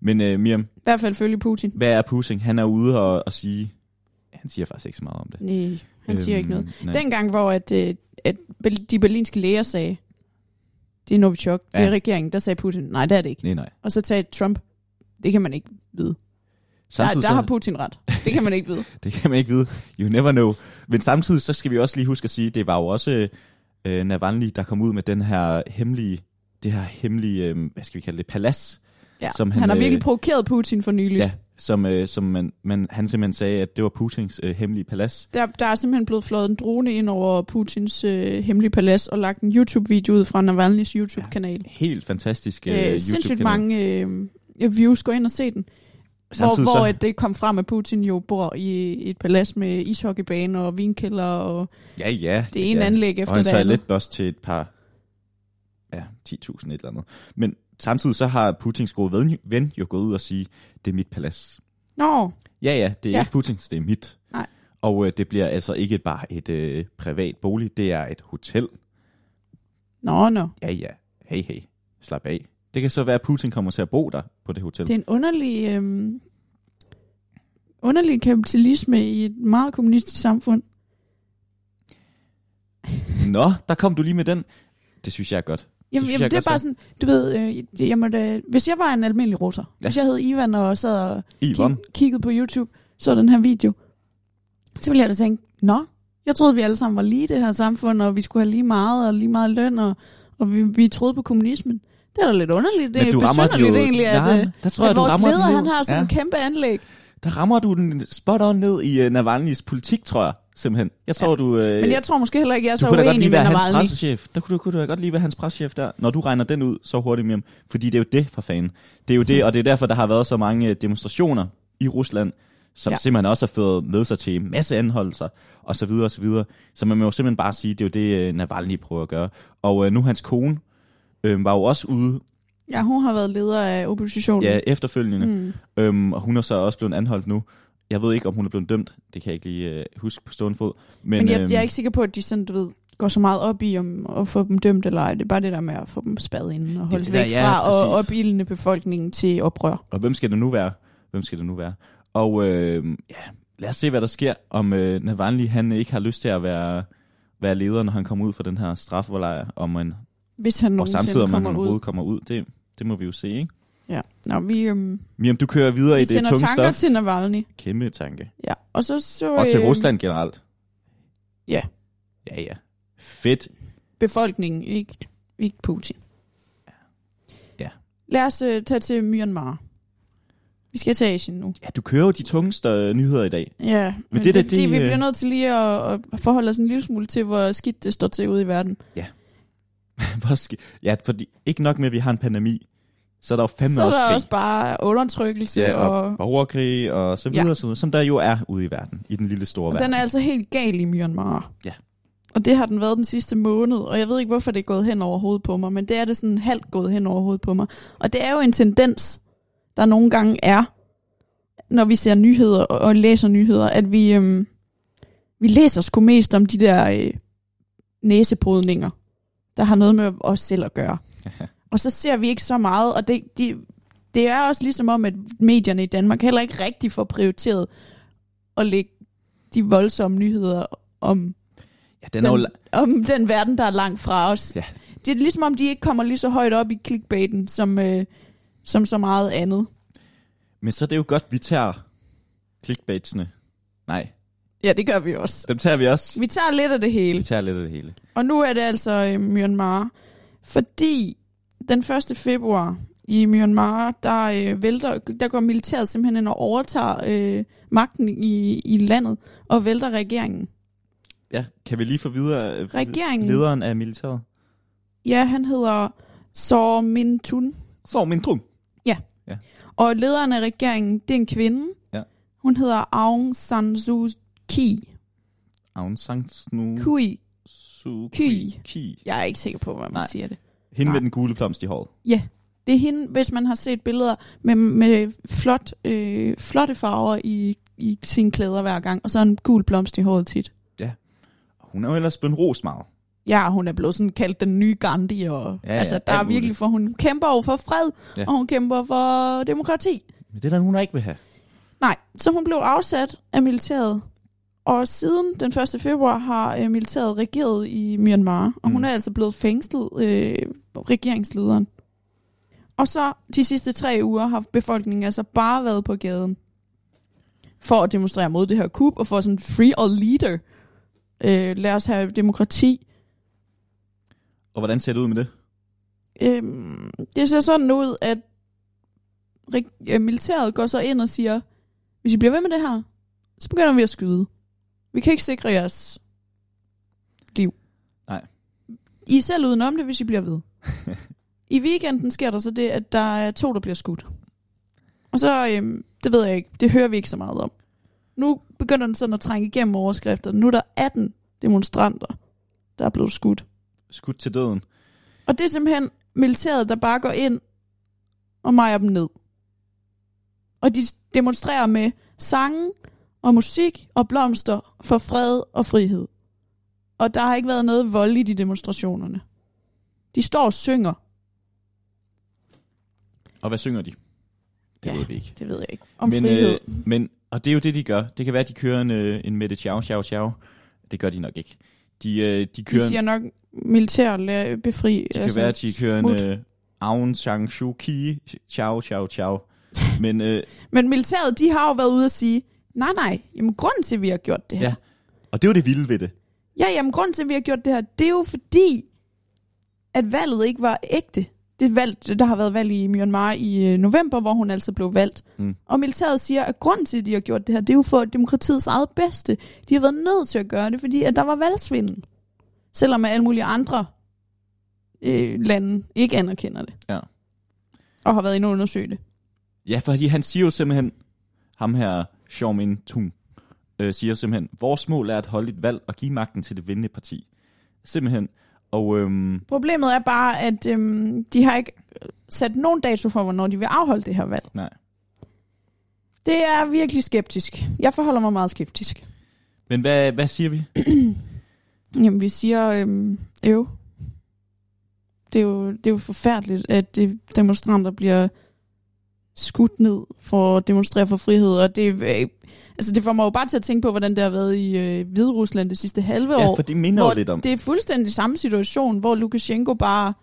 [SPEAKER 1] Men øh, Miriam,
[SPEAKER 2] I hvert fald følge Putin.
[SPEAKER 1] hvad er Putin? Han er ude og, og sige... Han siger faktisk ikke så meget om det.
[SPEAKER 2] Nej, han siger ikke noget.
[SPEAKER 1] Øhm, Nej. Den...
[SPEAKER 2] Dengang, hvor at, øh, at bel- de berlinske læger sagde, det er Novichok, det er
[SPEAKER 1] Ja.
[SPEAKER 2] regeringen, der sagde Putin, nej, det er det ikke.
[SPEAKER 1] Nej, nej.
[SPEAKER 2] Og så sagde Trump, det kan man ikke vide. Der,
[SPEAKER 1] Samtidig
[SPEAKER 2] der har
[SPEAKER 1] så,
[SPEAKER 2] Putin ret. Det kan man ikke
[SPEAKER 1] <laughs>
[SPEAKER 2] vide.
[SPEAKER 1] det kan man ikke vide. You never know. Men samtidig så skal vi også lige huske at sige, det var jo også øh, Navalny, der kom ud med den her hemmelige, det her hemmelige, øh, hvad skal vi kalde det, palads,
[SPEAKER 2] Ja.
[SPEAKER 1] Som han,
[SPEAKER 2] han, han har virkelig
[SPEAKER 1] øh,
[SPEAKER 2] provokeret Putin for nylig.
[SPEAKER 1] ja, som, øh, som man, man, han simpelthen sagde, at det var Putins øh, hemmelige palads.
[SPEAKER 2] Der, der er simpelthen blevet flået en drone ind over Putins øh, hemmelige palads og lagt en YouTube-video ud fra Navalny's YouTube-kanal.
[SPEAKER 1] Helt fantastisk øh,
[SPEAKER 2] Ja, øh, sindssygt
[SPEAKER 1] YouTube-kanal.
[SPEAKER 2] mange øh, views. Gå ind og se den. Hvor,
[SPEAKER 1] Samtidig
[SPEAKER 2] hvor
[SPEAKER 1] så-
[SPEAKER 2] at det kom frem, at Putin jo bor i et palads med ishockeybane og vinkælder og
[SPEAKER 1] Ja, ja.
[SPEAKER 2] det ene
[SPEAKER 1] ja.
[SPEAKER 2] ja. anlæg efter
[SPEAKER 1] og en
[SPEAKER 2] det andet.
[SPEAKER 1] toiletbørst til et par, ja, 10.000 et eller andet. Men samtidig så har Putins gode ven, ven jo gået ud og sige, det er mit palads.
[SPEAKER 2] Nå,
[SPEAKER 1] Ja, ja, det er
[SPEAKER 2] Ja.
[SPEAKER 1] ja. ikke Putins, det er mit.
[SPEAKER 2] Nej.
[SPEAKER 1] Og øh, det bliver altså ikke bare et øh, privat bolig, det er et hotel.
[SPEAKER 2] nå, nå.
[SPEAKER 1] Ja, ja, hey, hey, slap af. Det kan så være, at Putin kommer til at bo der på det hotel.
[SPEAKER 2] Det er en underlig, øhm, underlig kapitalisme i et meget kommunistisk samfund.
[SPEAKER 1] Nå, der kom du lige med den. Det synes jeg er godt.
[SPEAKER 2] Jamen,
[SPEAKER 1] synes
[SPEAKER 2] det,
[SPEAKER 1] jeg
[SPEAKER 2] jamen, det er
[SPEAKER 1] godt
[SPEAKER 2] bare
[SPEAKER 1] så.
[SPEAKER 2] sådan, du ved, øh, jeg måtte, hvis jeg var en almindelig russer, ja.
[SPEAKER 1] Ja.
[SPEAKER 2] hvis jeg hed Ivan og sad og
[SPEAKER 1] Ivan.
[SPEAKER 2] kig, kiggede på YouTube, så den her video, så ville jeg da tænke, nå, jeg troede, vi alle sammen var lige i det her samfund, og vi skulle have lige meget, og lige meget løn, og, og vi, vi troede på kommunismen. Det er da lidt underligt. Det er besynderligt egentlig, at,
[SPEAKER 1] Nej,
[SPEAKER 2] øh,
[SPEAKER 1] der tror jeg,
[SPEAKER 2] at
[SPEAKER 1] du
[SPEAKER 2] vores
[SPEAKER 1] rammer
[SPEAKER 2] leder,
[SPEAKER 1] den ned.
[SPEAKER 2] han har sådan ja. en kæmpe anlæg.
[SPEAKER 1] Der rammer du den spot on ned i uh, Navalny's politik, tror jeg, simpelthen. Jeg tror, du... Uh,
[SPEAKER 2] Men jeg tror måske heller ikke, jeg er
[SPEAKER 1] du
[SPEAKER 2] så
[SPEAKER 1] kunne da godt
[SPEAKER 2] uenig
[SPEAKER 1] lige
[SPEAKER 2] med
[SPEAKER 1] være hans
[SPEAKER 2] Navalny.
[SPEAKER 1] pressechef. Der kunne du, kunne du da godt lige være hans pressechef der, når du regner den ud så hurtigt med Fordi det er jo det, for fanden. Det er jo
[SPEAKER 2] Hmm.
[SPEAKER 1] det, og det er derfor, der har været så mange øh, demonstrationer i Rusland, som
[SPEAKER 2] Ja.
[SPEAKER 1] ja. simpelthen også har fået med sig til en masse anholdelser, og så videre, og så videre. Så man må jo simpelthen bare sige, det er jo det, øh, Navalny prøver at gøre. Og øh, nu hans kone øh, var jo også ude
[SPEAKER 2] Ja, hun har været leder af oppositionen.
[SPEAKER 1] ja, efterfølgende,
[SPEAKER 2] Mm.
[SPEAKER 1] Øhm, og hun er så også blevet anholdt nu. Jeg ved ikke, om hun er blevet dømt. Det kan jeg ikke lige øh, huske på stående fod. Men,
[SPEAKER 2] Men, men jeg,
[SPEAKER 1] øhm,
[SPEAKER 2] jeg er ikke sikker på, at de sådan, du ved, går så meget op i om at få dem dømt eller ej. Det er bare det der med at få dem spadet inden og holde
[SPEAKER 1] det
[SPEAKER 2] væk
[SPEAKER 1] der, ja,
[SPEAKER 2] fra og
[SPEAKER 1] præcis.
[SPEAKER 2] opildne befolkningen til oprør.
[SPEAKER 1] Og hvem skal det nu være? Hvem skal det nu være? Og øh, ja, lad os se, hvad der sker, om øh, Navalny han ikke har lyst til at være, være leder, når han kommer ud fra den her strafforlejr, om en,
[SPEAKER 2] Hvis han
[SPEAKER 1] og
[SPEAKER 2] nogensinde
[SPEAKER 1] samtidig om han
[SPEAKER 2] kommer ud.
[SPEAKER 1] overhovedet kommer ud. Det, det må vi jo se, ikke?
[SPEAKER 2] Ja. Nå, vi, øhm,
[SPEAKER 1] Miriam, du kører videre
[SPEAKER 2] vi
[SPEAKER 1] i det
[SPEAKER 2] sender
[SPEAKER 1] tunge
[SPEAKER 2] tanker
[SPEAKER 1] stof.
[SPEAKER 2] til Navalny.
[SPEAKER 1] Kæmpe tanke.
[SPEAKER 2] Ja. Og så så
[SPEAKER 1] Og til
[SPEAKER 2] øhm,
[SPEAKER 1] Rusland generelt.
[SPEAKER 2] ja.
[SPEAKER 1] Ja, ja. Fedt.
[SPEAKER 2] befolkningen, ikke, ikke Putin.
[SPEAKER 1] Ja.
[SPEAKER 2] Lad os øh, tage til Myanmar. Vi skal til Asien nu.
[SPEAKER 1] Ja, du kører jo de tungeste øh, nyheder i dag. <laughs>
[SPEAKER 2] Ja, men, men
[SPEAKER 1] det
[SPEAKER 2] det, det,
[SPEAKER 1] er
[SPEAKER 2] det,
[SPEAKER 1] da
[SPEAKER 2] fordi,
[SPEAKER 1] det,
[SPEAKER 2] vi
[SPEAKER 1] øh,
[SPEAKER 2] bliver nødt til lige at, at forholde os en lille smule til, hvor skidt det står til ude i verden.
[SPEAKER 1] Hvor skal- ja, fordi ikke nok med, at vi har en pandemi, så er der jo fandme
[SPEAKER 2] så er
[SPEAKER 1] også
[SPEAKER 2] der
[SPEAKER 1] krig.
[SPEAKER 2] også bare undertrykkelse,
[SPEAKER 1] Ja,
[SPEAKER 2] og,
[SPEAKER 1] og borgerkrig og så videre,
[SPEAKER 2] Ja.
[SPEAKER 1] ja. så videre, som der jo er ude i verden, i den lille store
[SPEAKER 2] og
[SPEAKER 1] verden.
[SPEAKER 2] den er altså helt gal i Myanmar.
[SPEAKER 1] Ja.
[SPEAKER 2] Og det har den været den sidste måned, og jeg ved ikke, hvorfor det er gået hen over hovedet på mig, men det er det sådan halvt gået hen over hovedet på mig. Og det er jo en tendens, der nogle gange er, når vi ser nyheder og, og læser nyheder, at vi, øhm, vi læser sgu mest om de der øh, næsebrydninger, der har noget med os selv at gøre. og så ser vi ikke så meget, og det, de, det er også ligesom om, at medierne i Danmark heller ikke rigtig får prioriteret at lægge de voldsomme nyheder om
[SPEAKER 1] <laughs> ja, den er jo, la-
[SPEAKER 2] om den verden, der er langt fra os.
[SPEAKER 1] Ja.
[SPEAKER 2] Det er ligesom om, de ikke kommer lige så højt op i clickbaiten, som, øh, som så meget andet.
[SPEAKER 1] men så er det jo godt, vi tager clickbaitsene. Nej,
[SPEAKER 2] Ja, det gør vi også.
[SPEAKER 1] dem tager vi også.
[SPEAKER 2] Vi tager lidt af det
[SPEAKER 1] Vi
[SPEAKER 2] hele.
[SPEAKER 1] tager lidt af det hele.
[SPEAKER 2] Og nu er det altså øh, Myanmar. Fordi den 1. februar i Myanmar, der, øh, vælter, der går militæret simpelthen ind og overtager øh, magten i, i landet og vælter regeringen.
[SPEAKER 1] Ja, kan vi lige få videre øh,
[SPEAKER 2] Regeringen.
[SPEAKER 1] lederen af militæret?
[SPEAKER 2] Ja, han hedder Saw Min Tun.
[SPEAKER 1] Så min trum.
[SPEAKER 2] Og lederen af regeringen, det er en kvinde.
[SPEAKER 1] Ja.
[SPEAKER 2] Hun hedder Aung San Suu Kyi.
[SPEAKER 1] Aung San Suu
[SPEAKER 2] Kui.
[SPEAKER 1] Suu
[SPEAKER 2] Kyi.
[SPEAKER 1] Kyi.
[SPEAKER 2] Jeg er ikke sikker på, hvad man Nej.
[SPEAKER 1] Nej.
[SPEAKER 2] siger det.
[SPEAKER 1] Hende
[SPEAKER 2] Nej.
[SPEAKER 1] med den gule blomst i håret.
[SPEAKER 2] Det er hende, hvis man har set billeder med, med flot, øh, flotte farver i, i sine klæder hver gang, og så en gul blomst i håret tit.
[SPEAKER 1] Og Hun er jo ellers blevet ros meget.
[SPEAKER 2] Ja, hun er blevet sådan kaldt den nye Gandhi, og ja,
[SPEAKER 1] Ja,
[SPEAKER 2] altså,
[SPEAKER 1] ja,
[SPEAKER 2] der er
[SPEAKER 1] alt muligt.
[SPEAKER 2] virkelig for, hun kæmper over for fred, ja.
[SPEAKER 1] Ja.
[SPEAKER 2] og hun kæmper for demokrati.
[SPEAKER 1] Men det er der nogen, der ikke vil have.
[SPEAKER 2] Nej, så hun blev afsat af militæret. Og siden den 1. februar har øh, militæret regeret i Myanmar, og mm. hun
[SPEAKER 1] Mm.
[SPEAKER 2] er altså blevet fængslet, øh, regeringslederen. Og så de sidste tre uger har befolkningen altså bare været på gaden for at demonstrere mod det her kub og for sådan free all leader. Øh, lad os have demokrati.
[SPEAKER 1] Og hvordan ser det ud med det?
[SPEAKER 2] Øh, det ser sådan ud, at reg- øh, militæret går så ind og siger, hvis I bliver ved med det her, så begynder vi at skyde. Vi kan ikke sikre jeres liv.
[SPEAKER 1] Nej.
[SPEAKER 2] I er selv udenom det, hvis I bliver ved. I weekenden sker der så det, at der er to, der bliver skudt. Og så, øhm, det ved jeg ikke, det hører vi ikke så meget om. Nu begynder den sådan at trænge igennem overskrifterne. Nu er der 18 demonstranter, der er blevet skudt.
[SPEAKER 1] Skudt til døden.
[SPEAKER 2] Og det er simpelthen militæret, der bare går ind og mejer dem ned. og de demonstrerer med sange og musik og blomster for fred og frihed. Og der har ikke været noget voldeligt i demonstrationerne. De står og synger.
[SPEAKER 1] Og hvad synger de? Det
[SPEAKER 2] Ja.
[SPEAKER 1] ved vi ikke.
[SPEAKER 2] Det ved jeg ikke. Om men,
[SPEAKER 1] men, øh,
[SPEAKER 2] frihed.
[SPEAKER 1] men, og det er jo det, de gør. Det kan være, at de kører en, øh, en Mette Ciao, Ciao, Ciao. Det gør de nok ikke. De, øh, de kører
[SPEAKER 2] de siger nok militær la- befri.
[SPEAKER 1] Det altså, kan være, at de kører
[SPEAKER 2] smut.
[SPEAKER 1] en øh, Aung San Suu Kyi. Ciao, ciao, ciao. Men øh,
[SPEAKER 2] Men militæret, de har jo været ude at sige, nej, nej, jamen grunden til, at vi har gjort det her,
[SPEAKER 1] Ja. og det var det vilde ved det.
[SPEAKER 2] Ja, jamen grunden til, at vi har gjort det her, det er jo fordi, at valget ikke var ægte. Det valg, der har været valg i Myanmar i øh, november, hvor hun altså blev valgt.
[SPEAKER 1] Mm.
[SPEAKER 2] Og militæret siger, at grunden til, at de har gjort det her, det er jo for demokratiets eget bedste. De har været nødt til at gøre det, fordi at der var valgsvindel. Selvom at alle mulige andre øh, lande ikke anerkender det.
[SPEAKER 1] Ja.
[SPEAKER 2] Og har været inde og undersøge det.
[SPEAKER 1] Ja, fordi han siger jo simpelthen, ham her, Xiao Min Tung, øh, siger simpelthen, vores mål er at holde et valg og give magten til det vindende parti. Simpelthen. Og øhm,
[SPEAKER 2] Problemet er bare, at øhm, de har ikke sat nogen dato for, hvornår de vil afholde det her valg.
[SPEAKER 1] nej.
[SPEAKER 2] Det er virkelig skeptisk. Jeg forholder mig meget skeptisk.
[SPEAKER 1] Men hvad, hvad siger vi?
[SPEAKER 2] Jamen, vi siger, øhm, øv. Det er, jo, det er jo forfærdeligt, at det demonstranter bliver skudt ned for at demonstrere for frihed, og det, øh, altså det får mig jo bare til at tænke på, hvordan det har været i øh, Hvide Rusland det sidste halve
[SPEAKER 1] Ja,
[SPEAKER 2] år.
[SPEAKER 1] for det minder
[SPEAKER 2] hvor
[SPEAKER 1] jo lidt om... Det...
[SPEAKER 2] Det er fuldstændig samme situation, hvor Lukashenko bare...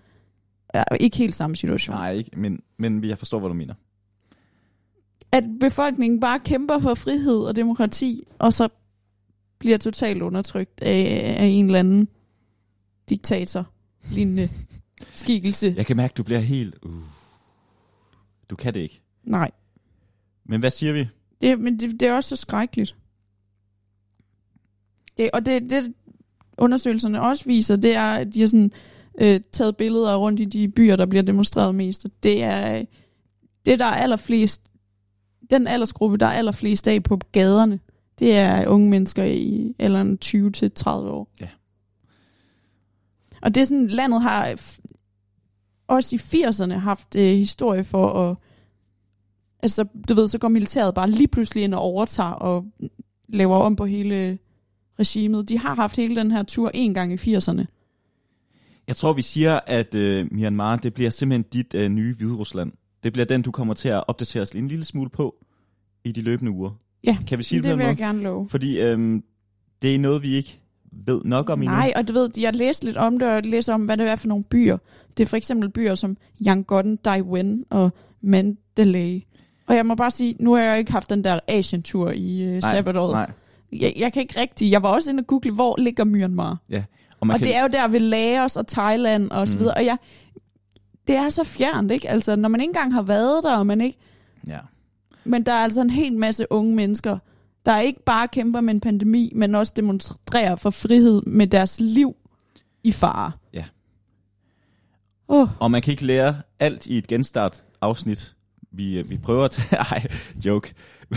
[SPEAKER 2] Ja, ikke helt samme situation.
[SPEAKER 1] Nej, ikke, men, men jeg forstår, hvad du mener.
[SPEAKER 2] at befolkningen bare kæmper for frihed og demokrati, og så bliver totalt undertrykt af, af en eller anden diktator lignende skikkelse. Ja.
[SPEAKER 1] Jeg kan mærke, du bliver helt... Uh. Du kan det ikke.
[SPEAKER 2] Nej,
[SPEAKER 1] Men hvad siger vi?
[SPEAKER 2] det, men det, det er også så skrækkeligt. Det, og det, det undersøgelserne også viser, det er, at de har sådan, øh, taget billeder rundt i de byer, der bliver demonstreret mest, og det er øh, det, der er allerflest, den aldersgruppe, der er allerflest af på gaderne, det er unge mennesker i alderen 20 til 30 år.
[SPEAKER 1] Ja.
[SPEAKER 2] Og det er sådan, landet har f- også i 80'erne haft øh, historie for at altså, du ved, så går militæret bare lige pludselig ind og overtager og laver om på hele regimet. De har haft hele den her tur en gang i 80'erne.
[SPEAKER 1] Jeg tror, vi siger, at øh, Myanmar, det bliver simpelthen dit øh, nye Hvide Rusland. Det bliver den, du kommer til at opdatere os en lille smule på i de løbende uger.
[SPEAKER 2] Ja,
[SPEAKER 1] Kan vi sige det,
[SPEAKER 2] Det
[SPEAKER 1] det på
[SPEAKER 2] vil
[SPEAKER 1] den måde?
[SPEAKER 2] jeg gerne love.
[SPEAKER 1] Fordi øh, det er noget, vi ikke ved nok om endnu.
[SPEAKER 2] Nej, og du ved, jeg læste lidt om det, og jeg læste om, hvad det er for nogle byer. Det er for eksempel byer som Yangon, Dai Wen og Mandalay. Og jeg må bare sige, nu har jeg ikke haft den der Asian-tur i øh, sabbatåret.
[SPEAKER 1] Nej,
[SPEAKER 2] Jeg, jeg kan ikke rigtig. Jeg var også inde og google, hvor ligger Myanmar?
[SPEAKER 1] og man
[SPEAKER 2] og
[SPEAKER 1] kan,
[SPEAKER 2] det er jo der ved Laos og Thailand og så
[SPEAKER 1] Mm.
[SPEAKER 2] videre. Og jeg, det er så fjernt, ikke? Altså, når man ikke engang har været der, og man ikke...
[SPEAKER 1] ja.
[SPEAKER 2] Men der er altså en hel masse unge mennesker, der ikke bare kæmper med en pandemi, men også demonstrerer for frihed med deres liv i fare.
[SPEAKER 1] Ja.
[SPEAKER 2] Åh, oh,
[SPEAKER 1] Og man kan ikke lære alt i et genstart-afsnit. Vi, øh, vi prøver at <laughs> tage... Ej, joke. <laughs>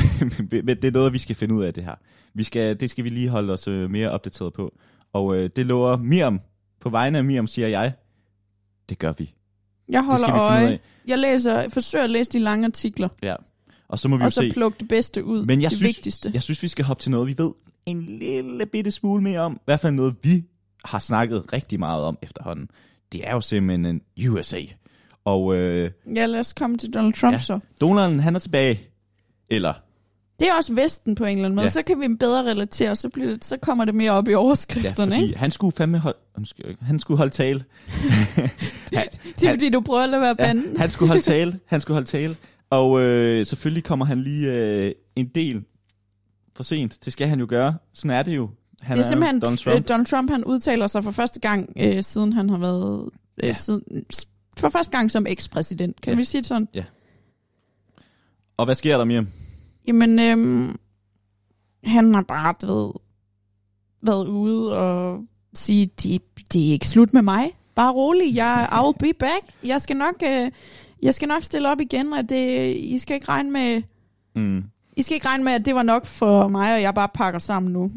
[SPEAKER 1] Men det er noget, vi skal finde ud af det her. Vi skal, det skal vi lige holde os øh, mere opdateret på. Og øh, det lover Miriam. På vegne af Miriam siger jeg, det gør vi.
[SPEAKER 2] jeg
[SPEAKER 1] Det
[SPEAKER 2] holder
[SPEAKER 1] skal vi finde ud
[SPEAKER 2] øje.
[SPEAKER 1] af.
[SPEAKER 2] Jeg læser, forsøger at læse de lange artikler,
[SPEAKER 1] Ja. Og så må vi jo
[SPEAKER 2] og så
[SPEAKER 1] se.
[SPEAKER 2] plukke det bedste ud.
[SPEAKER 1] Men jeg
[SPEAKER 2] det
[SPEAKER 1] synes-
[SPEAKER 2] vigtigste.
[SPEAKER 1] Jeg synes, vi skal hoppe til noget, vi ved en lille bitte smule mere om. I hvert fald noget, vi har snakket rigtig meget om efterhånden. Det er jo simpelthen en USA. Og øh,
[SPEAKER 2] Ja, lad os komme til Donald Trump
[SPEAKER 1] Ja.
[SPEAKER 2] ja. så.
[SPEAKER 1] Donald, han er tilbage. Eller,
[SPEAKER 2] Det er også Vesten på en eller anden måde.
[SPEAKER 1] Ja.
[SPEAKER 2] Ja. Så kan vi bedre relatere, så, bliver det, så kommer det mere op i overskrifterne. ikke?
[SPEAKER 1] fordi han skulle fandme holde, undskyld, han skulle holde tale.
[SPEAKER 2] Det er fordi, du prøver at lade være
[SPEAKER 1] Ja,
[SPEAKER 2] banden. Ja.
[SPEAKER 1] han skulle holde tale, han skulle holde tale. Og øh, selvfølgelig kommer han lige øh, en del for sent. Det skal han jo gøre. Sådan er det jo. Han
[SPEAKER 2] Det er simpelthen, øh,
[SPEAKER 1] Donald Trump.
[SPEAKER 2] Donald Trump han udtaler sig for første gang, øh, siden han har været... Øh,
[SPEAKER 1] Ja.
[SPEAKER 2] ja. siden, for første gang som ekspræsident, kan
[SPEAKER 1] Ja.
[SPEAKER 2] ja. vi sige det sådan?
[SPEAKER 1] Og hvad sker der, Miriam?
[SPEAKER 2] Jamen, øhm, han har bare, du ved, været ude og sige, det, det er ikke slut med mig. Bare rolig, jeg I'll be back. Jeg skal nok, øh, jeg skal nok stille op igen, og det, I skal ikke regne med...
[SPEAKER 1] Mm.
[SPEAKER 2] I skal ikke regne med, at det var nok for mig, og jeg bare pakker sammen nu.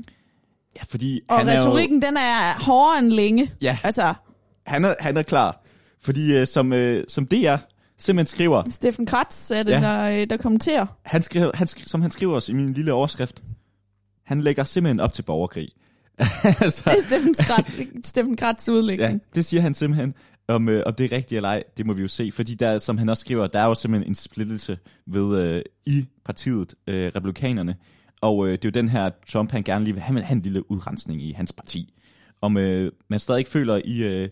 [SPEAKER 1] Ja, fordi
[SPEAKER 2] Og
[SPEAKER 1] han er jo...
[SPEAKER 2] retorikken, den er hårdere end længe.
[SPEAKER 1] Ja.
[SPEAKER 2] Altså,
[SPEAKER 1] han er, han er klar. Fordi øh, som, øh, som DR simpelthen skriver,
[SPEAKER 2] Steffen Kratz er det,
[SPEAKER 1] Ja.
[SPEAKER 2] ja. der, øh, der
[SPEAKER 1] <laughs>
[SPEAKER 2] kommenterer.
[SPEAKER 1] han skriver, han, sk- som han skriver også i min lille overskrift, han lægger simpelthen op til borgerkrig. <laughs> altså,
[SPEAKER 2] Det er Steffen, Kratz, Steffen Kratz udlægning.
[SPEAKER 1] ja, det siger han simpelthen, om, øh, om det er rigtigt eller ej, det må vi jo se. Fordi der, som han også skriver, der er jo simpelthen en splittelse ved øh, i partiet, øh, republikanerne. Og øh, det er jo den her, Trump han gerne lige vil have, have en lille udrensning i hans parti. Om øh, man stadig ikke føler i, øh,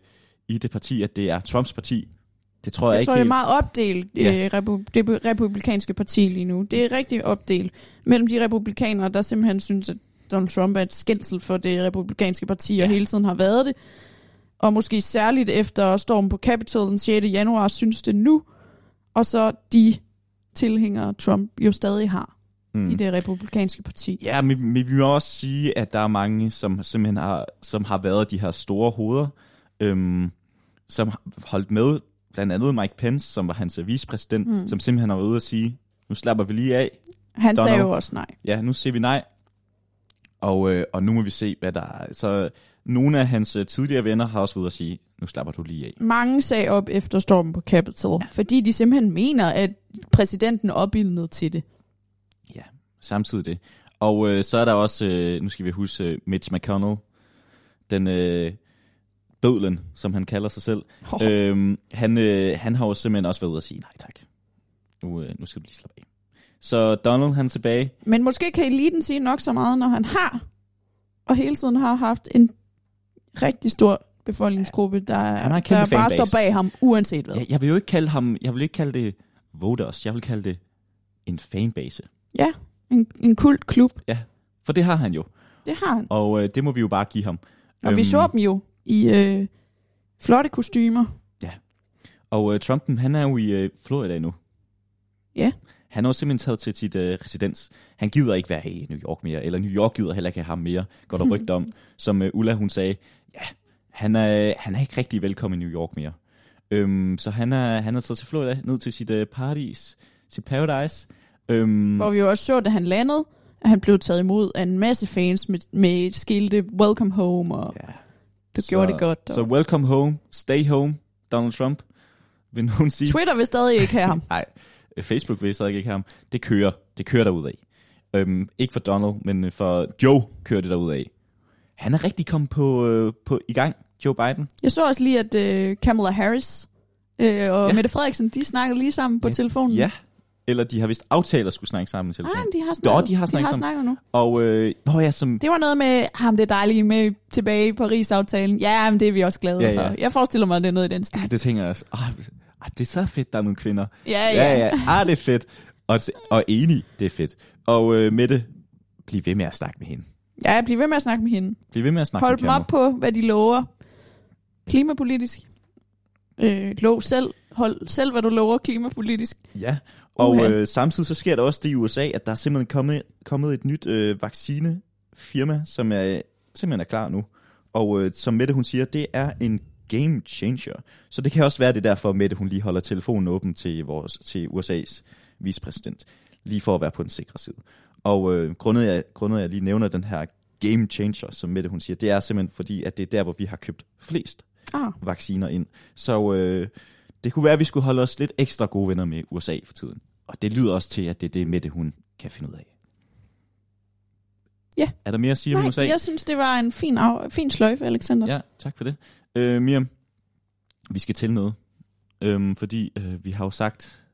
[SPEAKER 1] i det parti, at det er Trumps parti, det tror jeg,
[SPEAKER 2] Jeg
[SPEAKER 1] ikke
[SPEAKER 2] tror, det er
[SPEAKER 1] helt.
[SPEAKER 2] meget opdelt,
[SPEAKER 1] Ja.
[SPEAKER 2] ja. repu- det republikanske parti lige nu. Det er rigtig opdelt mellem de republikanere, der simpelthen synes, at Donald Trump er et skændsel for det republikanske parti, og
[SPEAKER 1] Ja.
[SPEAKER 2] hele tiden har været det. Og måske særligt efter stormen på Capitol den 6. januar, synes det nu. Og så de tilhængere, Trump jo stadig har
[SPEAKER 1] Mm.
[SPEAKER 2] mm. i det republikanske parti.
[SPEAKER 1] Ja, men, men vi må også sige, at der er mange, som simpelthen har, som har været de her store hoveder, øhm, som har holdt med, blandt andet Mike Pence, som var hans øh, vicepræsident, mm. som simpelthen har været ude og sige, nu slapper vi lige af,
[SPEAKER 2] Han
[SPEAKER 1] Donald.
[SPEAKER 2] sagde jo også nej.
[SPEAKER 1] ja, nu siger vi nej, og, øh, og nu må vi se, hvad der er. Så nogle af hans øh, tidligere venner har også været ude at sige, nu slapper du lige af.
[SPEAKER 2] mange sag op efter stormen på Capitol, ja. fordi de simpelthen mener, at præsidenten opildnede til det.
[SPEAKER 1] Ja, samtidig det. Og øh, så er der også, øh, nu skal vi huske øh, Mitch McConnell, den øh, bødlen, som han kalder sig selv.
[SPEAKER 2] Oh. Øh.
[SPEAKER 1] Øhm, han, øh, han har jo simpelthen også været ude og sige, nej tak, nu, øh, nu skal du lige slappe af. Så Donald han er tilbage.
[SPEAKER 2] Men måske kan eliten sige nok så meget, når han har, og hele tiden har haft en rigtig stor befolkningsgruppe, der,
[SPEAKER 1] Han har
[SPEAKER 2] der
[SPEAKER 1] en kæmpe
[SPEAKER 2] bare
[SPEAKER 1] fanbase.
[SPEAKER 2] står bag ham, uanset hvad.
[SPEAKER 1] Jeg, jeg vil jo ikke kalde ham, jeg vil ikke kalde det voters, jeg vil kalde det en fanbase.
[SPEAKER 2] En, en kult klub,
[SPEAKER 1] For det har han jo,
[SPEAKER 2] det har han.
[SPEAKER 1] og øh, det må vi jo bare give ham.
[SPEAKER 2] Og øhm. vi så dem jo i øh, flotte kostymer.
[SPEAKER 1] Mm. Og øh, Trumpen, han er jo i øh, Florida nu.
[SPEAKER 2] Ja.
[SPEAKER 1] Han er jo simpelthen taget til sit øh, residens. Han gider ikke være i New York mere, eller New York gider heller ikke have ham mere, går
[SPEAKER 2] <laughs>
[SPEAKER 1] der rygter om. Som øh, Ulla, hun sagde, ja, han er, han er ikke rigtig velkommen i New York mere. Øhm, så han er, han er taget til Florida, ned til sit øh, paradis, sit paradise. Øhm,
[SPEAKER 2] Hvor vi jo også så, da han landede, at han blev taget imod af en masse fans med, med skilte Welcome Home, og
[SPEAKER 1] ja.
[SPEAKER 2] du gjorde det godt.
[SPEAKER 1] Så
[SPEAKER 2] Og
[SPEAKER 1] welcome home, stay home, Donald Trump, vil nogen sige.
[SPEAKER 2] Twitter vil stadig ikke have ham.
[SPEAKER 1] Nej, Facebook vil stadig ikke have ham. Det kører. Det kører derud af. Øhm, ikke for Donald, men for Joe kører det derud af. Han er rigtig kommet på, øh, på, i gang, Joe Biden.
[SPEAKER 2] Jeg så også lige, at øh, Kamala Harris øh, og
[SPEAKER 1] Ja.
[SPEAKER 2] ja. Mette Frederiksen, de snakkede lige sammen på
[SPEAKER 1] Ja.
[SPEAKER 2] telefonen.
[SPEAKER 1] Ja. Eller de har vist aftalt at skulle snakke sammen i
[SPEAKER 2] Nej,
[SPEAKER 1] telefonen.
[SPEAKER 2] de har snakket.
[SPEAKER 1] Nå, de har snakket
[SPEAKER 2] de har
[SPEAKER 1] sammen.
[SPEAKER 2] snakket nu.
[SPEAKER 1] Og, øh, nå ja, som...
[SPEAKER 2] Det var noget med ham, det dejlige med tilbage i Paris-aftalen. Ja, men det er vi også glade
[SPEAKER 1] Ja,
[SPEAKER 2] ja,
[SPEAKER 1] ja.
[SPEAKER 2] ja. for. Jeg forestiller mig, at det er noget i den stil.
[SPEAKER 1] Ja, det tænker jeg også. Oh, det er så fedt, der er nogle kvinder.
[SPEAKER 2] Ja, ja.
[SPEAKER 1] Ja, ja. Ah, det er fedt. Og, og enig, det er fedt. Og øh, Mette, bliv ved med at snakke med hende.
[SPEAKER 2] ja bliv ved med at snakke med hende.
[SPEAKER 1] Bliv ved med at snakke
[SPEAKER 2] Hold
[SPEAKER 1] med
[SPEAKER 2] dem op på, hvad de lover. Klimapolitisk. Øh, lov selv. Hold selv, hvad du lover klimapolitisk.
[SPEAKER 1] Ja, og
[SPEAKER 2] Uha.
[SPEAKER 1] øh, samtidig så sker der også det i USA, at der er simpelthen kommet, kommet et nyt øh, vaccinefirma, som er, simpelthen er klar nu. Og øh, som Mette hun siger, det er en game changer. Så det kan også være det er derfor, Mette hun lige holder telefonen åben til, vores, til USA's vicepræsident, lige for at være på den sikre side. Og øh, grundet, jeg, grundet jeg lige nævner den her game changer, som Mette hun siger, det er simpelthen fordi, at det er der, hvor vi har købt flest
[SPEAKER 2] Ah,
[SPEAKER 1] vacciner ind. Så øh, det kunne være, at vi skulle holde os lidt ekstra gode venner med USA for tiden. Og det lyder også til, at det er det, Mette hun kan finde ud af.
[SPEAKER 2] Ja.
[SPEAKER 1] Er der mere at sige om
[SPEAKER 2] nej,
[SPEAKER 1] USA?
[SPEAKER 2] jeg synes, det var en fin, af, fin sløjfe, Alexander.
[SPEAKER 1] Ja, tak for det. Øh, Miriam, vi skal til noget. Øhm, fordi øh, vi har jo sagt,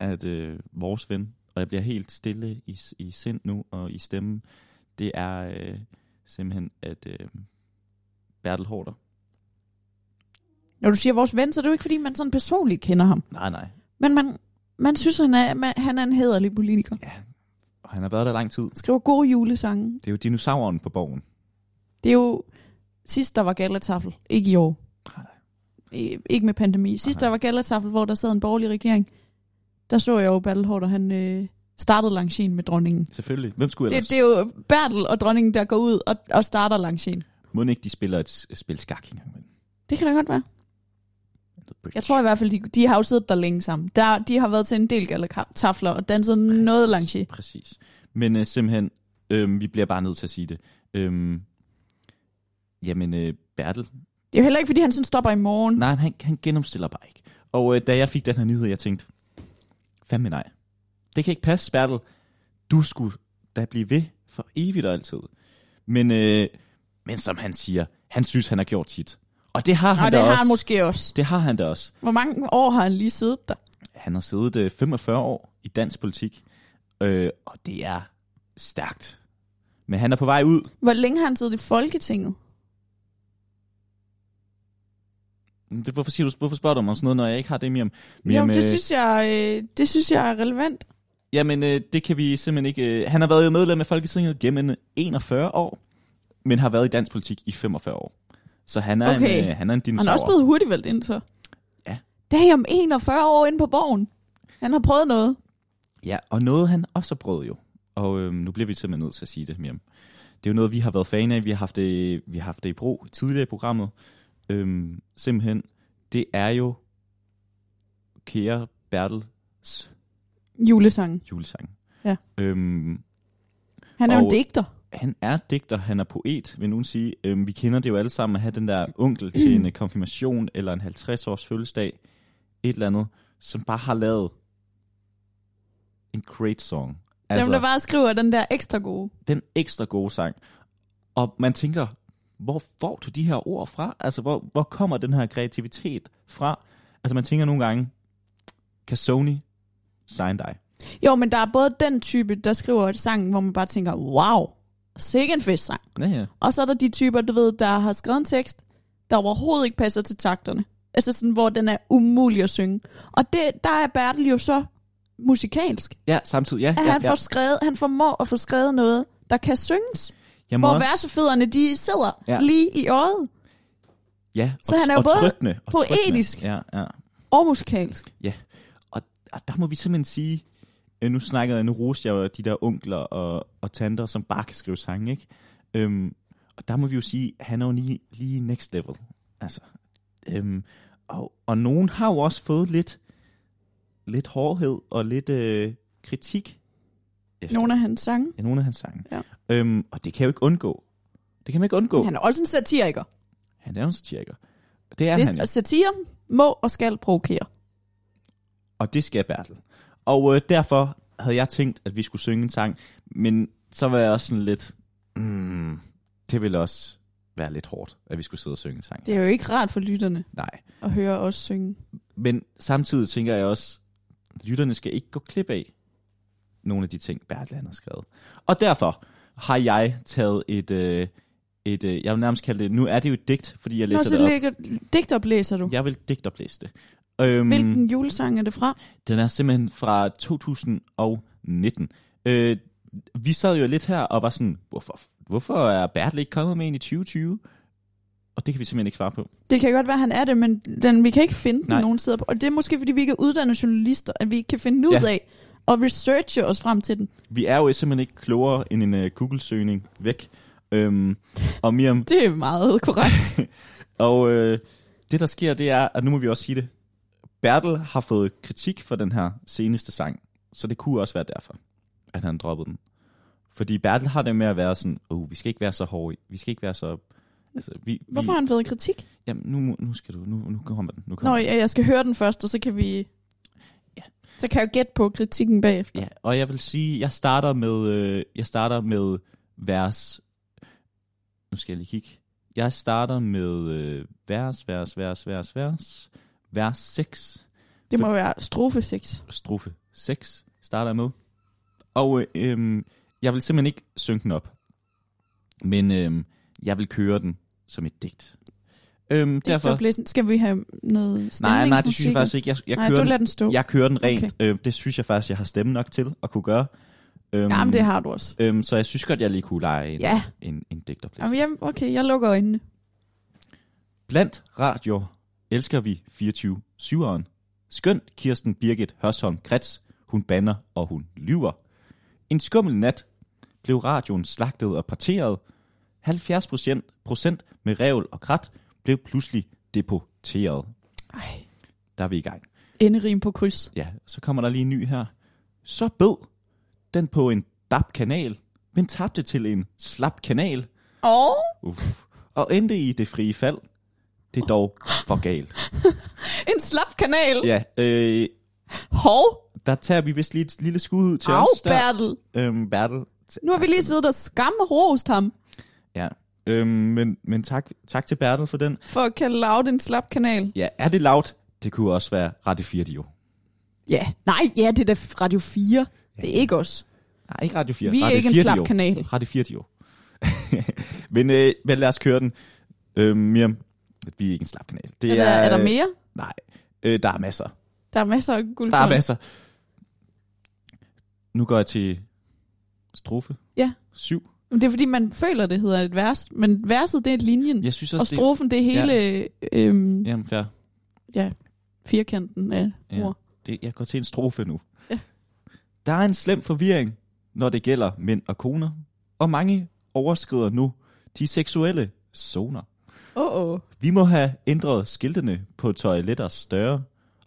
[SPEAKER 1] at øh, vores ven, og jeg bliver helt stille i, i sind nu og i stemmen, det er øh, simpelthen, at øh, Bertel Hårder.
[SPEAKER 2] Når du siger vores ven, så er det jo ikke, fordi man sådan personligt kender ham.
[SPEAKER 1] Nej, nej.
[SPEAKER 2] Men man, man synes, han er, man, han er en hederlig politiker.
[SPEAKER 1] Og han har været der lang tid.
[SPEAKER 2] Skriver gode julesange.
[SPEAKER 1] Det er jo dinosauren på borgen.
[SPEAKER 2] Det er jo sidst, der var galataffel. Ikke i år.
[SPEAKER 1] Nej,
[SPEAKER 2] I- Ikke med pandemi. Sidst,
[SPEAKER 1] Nej.
[SPEAKER 2] der var galataffel, hvor der sad en borgerlig regering. Der så jeg jo Bertel Hård, og han øh, startede langchen med dronningen.
[SPEAKER 1] Selvfølgelig. Hvem skulle ellers?
[SPEAKER 2] Det, det er jo Bertel og dronningen, der går ud og, og starter langchen.
[SPEAKER 1] Må ikke de spiller et s- spil skak engang? imellem?
[SPEAKER 2] Det kan da godt være.
[SPEAKER 1] Noget bridge.
[SPEAKER 2] Jeg tror i hvert fald, de, de har jo siddet der længe sammen. Der, de har været til en del galatafler og danset noget langchen.
[SPEAKER 1] Præcis. Men øh, simpelthen, øh, vi bliver bare nødt til at sige det. Øh, jamen, øh, Bertel,
[SPEAKER 2] Det er jo heller ikke, fordi han sådan stopper i morgen.
[SPEAKER 1] nej, han, han genopstiller bare ikke. Og øh, da jeg fik den her nyhed, jeg tænkte, fandme nej. Det kan ikke passe, Bertel. Du skulle da blive ved for evigt og altid. Men, øh, men som han siger, han synes, han har gjort sit. Og det har han
[SPEAKER 2] Og
[SPEAKER 1] da
[SPEAKER 2] det har
[SPEAKER 1] også.
[SPEAKER 2] han måske også.
[SPEAKER 1] Det har han da også.
[SPEAKER 2] Hvor mange år har han lige siddet der?
[SPEAKER 1] Han har siddet øh, 45 år i dansk politik, øh, og det er stærkt. Men han er på vej ud.
[SPEAKER 2] Hvor længe har han siddet i Folketinget?
[SPEAKER 1] Men Det, hvorfor, siger du, hvorfor spørger du mig om sådan noget, når jeg ikke har det, Miriam?
[SPEAKER 2] jo,
[SPEAKER 1] Miriam,
[SPEAKER 2] det
[SPEAKER 1] øh,
[SPEAKER 2] synes, jeg, øh, det synes jeg er relevant.
[SPEAKER 1] Jamen, øh, det kan vi simpelthen ikke... Øh, han har været medlem af Folketinget gennem 41 år, men har været i dansk politik i 45 år. Så han er,
[SPEAKER 2] Okay.
[SPEAKER 1] en, øh, han er en dinosaur.
[SPEAKER 2] Han er også blevet hurtigt valgt ind så.
[SPEAKER 1] Ja.
[SPEAKER 2] Dag om 41 år inde på borgen. Han har prøvet noget.
[SPEAKER 1] Ja, og noget han også har prøvet jo. Og øhm, nu bliver vi simpelthen nødt til at sige det, Miriam. Det er jo noget, vi har været fan af. Vi har haft det, vi har haft det i brug tidligere i programmet. Øhm, simpelthen, det er jo kære Bertels
[SPEAKER 2] Julesangen.
[SPEAKER 1] julesang.
[SPEAKER 2] Ja.
[SPEAKER 1] Øhm,
[SPEAKER 2] Han er jo
[SPEAKER 1] Og-
[SPEAKER 2] en digter.
[SPEAKER 1] han er digter, han er poet, vil nogen sige. Øhm, vi kender det jo alle sammen at have den der onkel til en øh, konfirmation eller en 50-års fødselsdag, et eller andet, som bare har lavet en great song.
[SPEAKER 2] Altså. Dem, der bare skriver den der ekstra gode.
[SPEAKER 1] den ekstra gode sang. Og man tænker, hvor får du de her ord fra? Altså, hvor, hvor kommer den her kreativitet fra? Altså, man tænker nogle gange, kan Sony signe dig?
[SPEAKER 2] Jo, men der er både den type, der skriver sangen, hvor man bare tænker, wow, sikke en festsang.
[SPEAKER 1] Ja, ja.
[SPEAKER 2] Og så er der de typer, du ved, der har skrevet en tekst, der overhovedet ikke passer til takterne. Altså sådan, hvor den er umulig at synge. Og det, der er Bertel jo så musikalsk,
[SPEAKER 1] Ja, samtidig, ja.
[SPEAKER 2] at
[SPEAKER 1] ja,
[SPEAKER 2] han,
[SPEAKER 1] ja.
[SPEAKER 2] får skrevet, han formår at få skrevet noget, der kan synges.
[SPEAKER 1] Jeg
[SPEAKER 2] Hvor versefødderne, de sidder
[SPEAKER 1] Ja.
[SPEAKER 2] ja. lige i øjet.
[SPEAKER 1] ja,
[SPEAKER 2] så
[SPEAKER 1] og,
[SPEAKER 2] han er jo
[SPEAKER 1] og
[SPEAKER 2] både
[SPEAKER 1] trykkende, og trykkende.
[SPEAKER 2] poetisk.
[SPEAKER 1] Ja, ja.
[SPEAKER 2] Og musikalsk.
[SPEAKER 1] Ja, og, og der må vi simpelthen sige, øh, nu snakkede jeg, nu roste jeg jo de der onkler og, og tanter, som bare kan skrive sange, ikke? Øhm, og der må vi jo sige, han er jo lige, lige next level. Altså, øhm, og, og nogen har jo også fået lidt, lidt hårdhed og lidt øh, kritik. Efter,
[SPEAKER 2] Nogle af hans sange.
[SPEAKER 1] ja, nogle af hans sange.
[SPEAKER 2] Ja.
[SPEAKER 1] Øhm, og det kan jeg jo ikke undgå. Det kan man ikke undgå. Han,
[SPEAKER 2] Han er også en satiriker.
[SPEAKER 1] han er jo en satiriker. Det er
[SPEAKER 2] det,
[SPEAKER 1] han jo.
[SPEAKER 2] og satire må og skal provokere.
[SPEAKER 1] og det skal Bertel. Og øh, derfor havde jeg tænkt, at vi skulle synge en sang, men så var jeg også sådan lidt, mm, det ville også være lidt hårdt, at vi skulle sidde og synge en sang.
[SPEAKER 2] Det er jo ikke rart for lytterne
[SPEAKER 1] Nej.
[SPEAKER 2] at høre os synge.
[SPEAKER 1] Men samtidig tænker jeg også, at lytterne skal ikke gå klip af nogle af de ting, Bertel han har skrevet. Og derfor har jeg taget et, øh, et øh, jeg vil nærmest kalde det, nu er det jo et digt, fordi jeg
[SPEAKER 2] Nå,
[SPEAKER 1] læser
[SPEAKER 2] så
[SPEAKER 1] det op.
[SPEAKER 2] ligger, digtoplæser du. Ja.
[SPEAKER 1] Jeg vil digtoplæse det. Øhm,
[SPEAKER 2] Hvilken julesang er det fra?
[SPEAKER 1] Den er simpelthen fra 2019. Øh, vi sad jo lidt her og var sådan, hvorfor, hvorfor er Bertel ikke kommet med ind i 2020? Og det kan vi simpelthen ikke svare på.
[SPEAKER 2] Det kan godt være, han er det, men den, vi kan ikke finde den
[SPEAKER 1] Nej.
[SPEAKER 2] nogen steder. på. Og det er måske, fordi vi ikke er uddannede journalister, at vi ikke kan finde ud
[SPEAKER 1] Ja.
[SPEAKER 2] ja. af og researche os frem til den.
[SPEAKER 1] Vi er jo simpelthen ikke klogere end en uh, Google-søgning væk. Øhm, og Miriam,
[SPEAKER 2] Det er
[SPEAKER 1] <laughs>
[SPEAKER 2] meget korrekt.
[SPEAKER 1] og øh, det der sker, det er, at nu må vi også sige det, Bertel har fået kritik for den her seneste sang, så det kunne også være derfor, at han droppede den. Fordi Bertel har det med at være sådan, oh, vi skal ikke være så hårde, i- vi skal ikke være så... Altså, vi, vi,
[SPEAKER 2] Hvorfor har han fået kritik?
[SPEAKER 1] Jamen, nu, må- nu skal du, nu, nu kommer den. Nu
[SPEAKER 2] Nå,
[SPEAKER 1] kommer den.
[SPEAKER 2] ja, jeg skal høre den først, og så kan vi...
[SPEAKER 1] Ja.
[SPEAKER 2] Så kan jeg jo gætte på kritikken bagefter.
[SPEAKER 1] Ja, og jeg vil sige, jeg starter med, øh, jeg starter med vers, nu skal jeg lige kigge. Jeg starter med øh, vers, vers, vers, vers, vers, vers 6,
[SPEAKER 2] Det må være strofe 6.
[SPEAKER 1] strofe 6, starter jeg med. Og øh, øh, jeg vil simpelthen ikke synge den op, men øh, jeg vil køre den som et digt. Øhm, derfor,
[SPEAKER 2] Digtoplæsen. Skal vi have noget
[SPEAKER 1] nej, nej, det synes jeg
[SPEAKER 2] stemningsmusik?
[SPEAKER 1] faktisk ikke. Jeg, jeg
[SPEAKER 2] Nej,
[SPEAKER 1] kører
[SPEAKER 2] du
[SPEAKER 1] den,
[SPEAKER 2] lader den stå.
[SPEAKER 1] Jeg kører den rent. Okay. Øh, det synes jeg faktisk, jeg har stemme nok til at kunne gøre. Øhm,
[SPEAKER 2] Jamen, det har du også.
[SPEAKER 1] øhm, så jeg synes godt, jeg lige kunne lege en,
[SPEAKER 2] Ja.
[SPEAKER 1] en, en digterplads.
[SPEAKER 2] Jamen, jamen, okay, jeg lukker øjnene.
[SPEAKER 1] Blandt radio elsker vi 24-7'eren. Skønt Kirsten Birgit Hørsholm Krets, hun banner og hun lyver. En skummel nat blev radioen slagtet og parteret. 70 procent med revl og krat blev pludselig deporteret.
[SPEAKER 2] Ej,
[SPEAKER 1] Der er vi i gang.
[SPEAKER 2] enderim på kryds.
[SPEAKER 1] Ja, så kommer der lige en ny her. Så bød den på en DAB-kanal, men tabte til en slap kanal
[SPEAKER 2] Og
[SPEAKER 1] Uff. og endte i det frie fald. Det er dog for galt.
[SPEAKER 2] En slap kanal.
[SPEAKER 1] Ja, øh,
[SPEAKER 2] Hov,
[SPEAKER 1] der tager vi vist lige et lille skud ud til
[SPEAKER 2] au,
[SPEAKER 1] os. Der,
[SPEAKER 2] Bertel.
[SPEAKER 1] øhm, Bertel. T-
[SPEAKER 2] Nu har vi lige siddet og skamrost ham
[SPEAKER 1] Ja, øhm, men, men tak, tak til Bertel for den.
[SPEAKER 2] for at kalde Loud en slap kanal.
[SPEAKER 1] Ja, er det lavt? Det kunne også være Radio 4, jo.
[SPEAKER 2] Ja, nej, ja, det er da Radio 4. Det er ikke os.
[SPEAKER 1] Nej, ikke Radio 4.
[SPEAKER 2] Vi er
[SPEAKER 1] Radio
[SPEAKER 2] ikke en
[SPEAKER 1] 4,
[SPEAKER 2] slap
[SPEAKER 1] jo.
[SPEAKER 2] kanal.
[SPEAKER 1] Radio 4, jo. <laughs> men, øh, men lad os køre den. Øh, Miriam, vi er ikke en slap kanal. Det
[SPEAKER 2] Er, der, er der mere?
[SPEAKER 1] Nej, øh, der er masser.
[SPEAKER 2] Der er masser af guld.
[SPEAKER 1] Der er masser. Nu går jeg til strofe.
[SPEAKER 2] Ja.
[SPEAKER 1] Syv.
[SPEAKER 2] Men Det er fordi, man føler, det hedder et vers, men verset, det er linjen.
[SPEAKER 1] Jeg synes
[SPEAKER 2] og
[SPEAKER 1] også,
[SPEAKER 2] strofen, det er hele øhm,
[SPEAKER 1] det... Jamen, fair.
[SPEAKER 2] firkanten af
[SPEAKER 1] Ja.
[SPEAKER 2] ord.
[SPEAKER 1] Det, jeg går til en strofe nu.
[SPEAKER 2] Ja.
[SPEAKER 1] Der er en slem forvirring, når det gælder mænd og koner, og mange overskrider nu de seksuelle zoner.
[SPEAKER 2] Åh, oh, oh.
[SPEAKER 1] Vi må have ændret skiltene på toiletters større,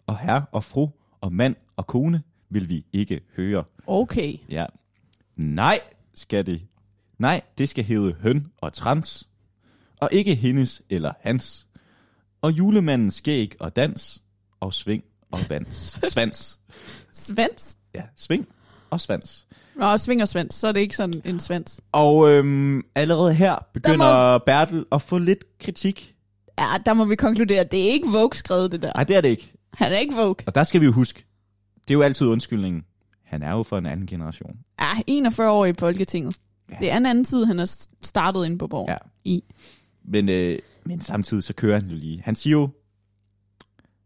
[SPEAKER 1] og herre og fru og mand og kone vil vi ikke høre.
[SPEAKER 2] okay.
[SPEAKER 1] Ja. Nej, skal det. Nej, det skal hedde høn og trans. Og ikke hendes eller hans. Og julemandens skæg og dans. Og sving og vans. Svans.
[SPEAKER 2] Svans?
[SPEAKER 1] Ja, sving og svans.
[SPEAKER 2] Nå, sving og svans, så er det ikke sådan en svans.
[SPEAKER 1] Og øhm, allerede her begynder må... Bertel at få lidt kritik.
[SPEAKER 2] Ja, der må vi konkludere, at det er ikke Vogue skrevet, det der.
[SPEAKER 1] Nej, det er det ikke.
[SPEAKER 2] Han er ikke Vogue.
[SPEAKER 1] Og der skal vi jo huske, det er jo altid undskyldningen. Han er jo fra en anden generation.
[SPEAKER 2] Ja, 41 år i Folketinget.
[SPEAKER 1] Ja.
[SPEAKER 2] Ja. Det er en anden tid, han er s- startet inde på borgen.
[SPEAKER 1] Ja.
[SPEAKER 2] Ja. I.
[SPEAKER 1] Men, øh, men samtidig så kører han jo lige. Han siger jo,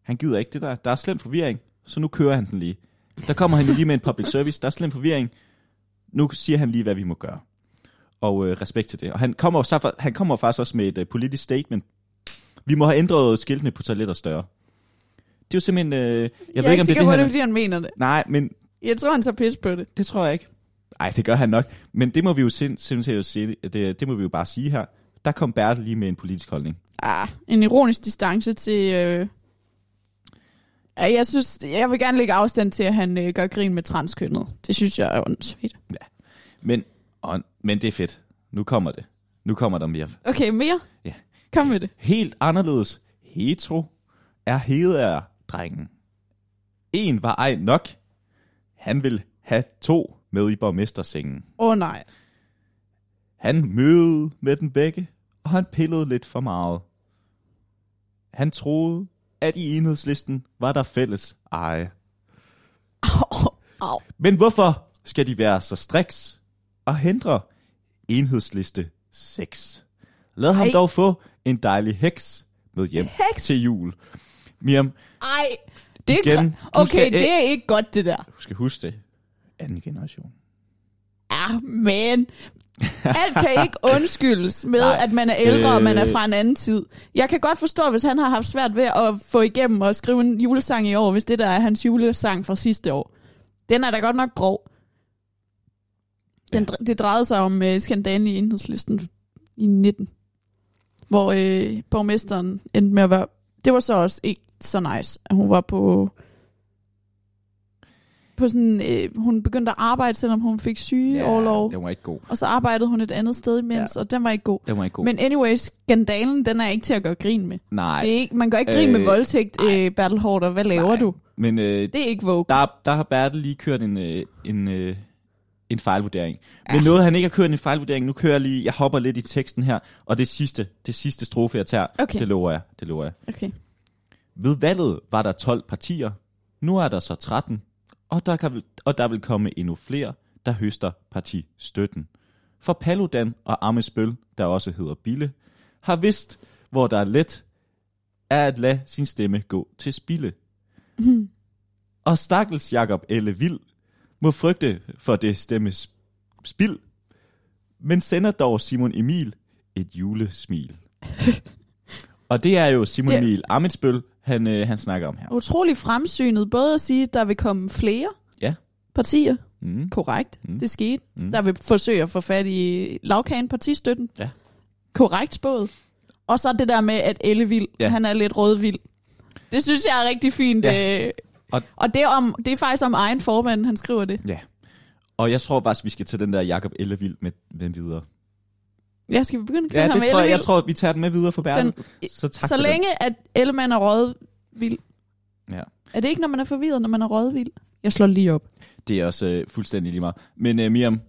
[SPEAKER 1] han gider ikke det der. Der er slem forvirring, så nu kører han den lige. Der kommer han jo lige med en public service. Der er slem forvirring. Nu siger han lige, hvad vi må gøre. Og øh, respekt til det. Og han kommer, jo så, han kommer faktisk også med et øh, politisk statement. Vi må have ændret skiltene på toiletter større. Det er jo simpelthen... Øh, jeg, jeg
[SPEAKER 2] Jeg,
[SPEAKER 1] ved ikke,
[SPEAKER 2] er ikke
[SPEAKER 1] om det
[SPEAKER 2] sikker
[SPEAKER 1] er det,
[SPEAKER 2] på, at det er,
[SPEAKER 1] han...
[SPEAKER 2] fordi han mener det.
[SPEAKER 1] Nej, men
[SPEAKER 2] Jeg tror, han tager pis på det.
[SPEAKER 1] det tror jeg ikke. Nej, det gør han nok. Men det må vi jo sind, simpelthen sige, det, det må vi jo bare sige her. Der kom Bertel lige med en politisk holdning.
[SPEAKER 2] Ah, en ironisk distance til... Øh... Ja, jeg synes, jeg vil gerne lægge afstand til, at han øh, gør grin med transkønnet. Det synes jeg er åndssvigt.
[SPEAKER 1] Men, og, men det er fedt. Nu kommer det. Nu kommer der mere.
[SPEAKER 2] Okay, mere?
[SPEAKER 1] Ja.
[SPEAKER 2] Kom med det.
[SPEAKER 1] Helt anderledes hetero er hederer drengen. En var ej nok. Han vil have to med i borgmestersengen.
[SPEAKER 2] Åh oh, nej.
[SPEAKER 1] Han mødede med den begge, og han pillede lidt for meget. Han troede, at i enhedslisten var der fælles eje.
[SPEAKER 2] Au.
[SPEAKER 1] Men hvorfor skal de være så striks og hindre enhedsliste 6? Lad ham
[SPEAKER 2] Ej.
[SPEAKER 1] dog få en dejlig heks med hjem
[SPEAKER 2] Heks?
[SPEAKER 1] til jul. Miriam,
[SPEAKER 2] Ej. Det er
[SPEAKER 1] Igen,
[SPEAKER 2] gr-
[SPEAKER 1] du
[SPEAKER 2] okay,
[SPEAKER 1] skal
[SPEAKER 2] det
[SPEAKER 1] ikke-
[SPEAKER 2] er ikke godt, det der.
[SPEAKER 1] du skal huske det. Anden generation.
[SPEAKER 2] Ah, men alt kan
[SPEAKER 1] <laughs>
[SPEAKER 2] ikke undskyldes med,
[SPEAKER 1] Nej.
[SPEAKER 2] Nej. at man er ældre, og man er
[SPEAKER 1] Øh.
[SPEAKER 2] fra en anden tid. Jeg kan godt forstå, hvis han har haft svært ved at få igennem og skrive en julesang i år, hvis det der er hans julesang fra sidste år. Den er da godt nok grov. Den, dre- Det drejede sig om uh, skandalen i enhedslisten i 19, hvor uh, borgmesteren endte med at være... Det var så også ikke så nice, at hun var på på sådan, øh, hun begyndte at arbejde, selvom hun fik sygeårlov.
[SPEAKER 1] den var ikke god.
[SPEAKER 2] Og så arbejdede hun et andet sted imens, ja. og den var ikke god.
[SPEAKER 1] Den var ikke god. Men,
[SPEAKER 2] Men anyways, skandalen, den er ikke til at gøre grin med.
[SPEAKER 1] Nej,
[SPEAKER 2] Det er ikke, man gør ikke grin øh, med
[SPEAKER 1] Øh,
[SPEAKER 2] voldtægt,
[SPEAKER 1] nej.
[SPEAKER 2] øh, Bertel Hårder. Hvad laver
[SPEAKER 1] Nej.
[SPEAKER 2] du?
[SPEAKER 1] men øh,
[SPEAKER 2] Det er ikke Vogue.
[SPEAKER 1] der, der har Bertel lige kørt en, øh, en, øh, en fejlvurdering. Men noget, han ikke har kørt en fejlvurdering, nu kører jeg lige, jeg hopper lidt i teksten her, og det sidste, det sidste strofe, jeg tager,
[SPEAKER 2] Okay.
[SPEAKER 1] det lover jeg, det lover jeg.
[SPEAKER 2] Okay.
[SPEAKER 1] Ved valget var der 12 partier, nu er der så 13, og der, kan, og der vil komme endnu flere, der høster partistøtten. For Paludan og Amesbøl, der også hedder Bille, har vidst, hvor der er let, er at lade sin stemme gå til spille. og stakkels Jakob Elle Vild må frygte for det stemmes spild, men sender dog Simon Emil et julesmil. og det er jo Simon
[SPEAKER 2] Det-
[SPEAKER 1] Emil Amitsbøl, han, øh, han snakker om her.
[SPEAKER 2] Utrolig fremsynet. Både at sige, at der vil komme flere
[SPEAKER 1] Ja.
[SPEAKER 2] partier.
[SPEAKER 1] Mm.
[SPEAKER 2] Korrekt.
[SPEAKER 1] Mm.
[SPEAKER 2] Mm. Det skete.
[SPEAKER 1] Mm.
[SPEAKER 2] Mm. Der vil forsøge at få fat i lavkagen partistøtten.
[SPEAKER 1] Ja.
[SPEAKER 2] Korrekt spået. Og så det der med, at Ellevild,
[SPEAKER 1] Ja.
[SPEAKER 2] ja. han er lidt rødvild. Det synes jeg er rigtig fint.
[SPEAKER 1] Ja.
[SPEAKER 2] Ja. Øh,
[SPEAKER 1] Og-
[SPEAKER 2] og, og det, er om, det er faktisk om egen formand, han skriver det.
[SPEAKER 1] Ja. Og jeg tror faktisk, vi skal tage den der Jakob Ellevild med, med videre.
[SPEAKER 2] Jeg skal vi begynde at køre
[SPEAKER 1] Ja,
[SPEAKER 2] ham
[SPEAKER 1] det
[SPEAKER 2] med
[SPEAKER 1] tror jeg,
[SPEAKER 2] elvild?
[SPEAKER 1] jeg tror, at vi tager den med videre fra Bertel. Så tak
[SPEAKER 2] så
[SPEAKER 1] for
[SPEAKER 2] længe at Ellemann er rådvild.
[SPEAKER 1] Ja.
[SPEAKER 2] Er det ikke, når man er forvirret, når man er rådvild? Jeg slår lige op.
[SPEAKER 1] Det. det er også øh, fuldstændig lige meget. Men øh, Miriam,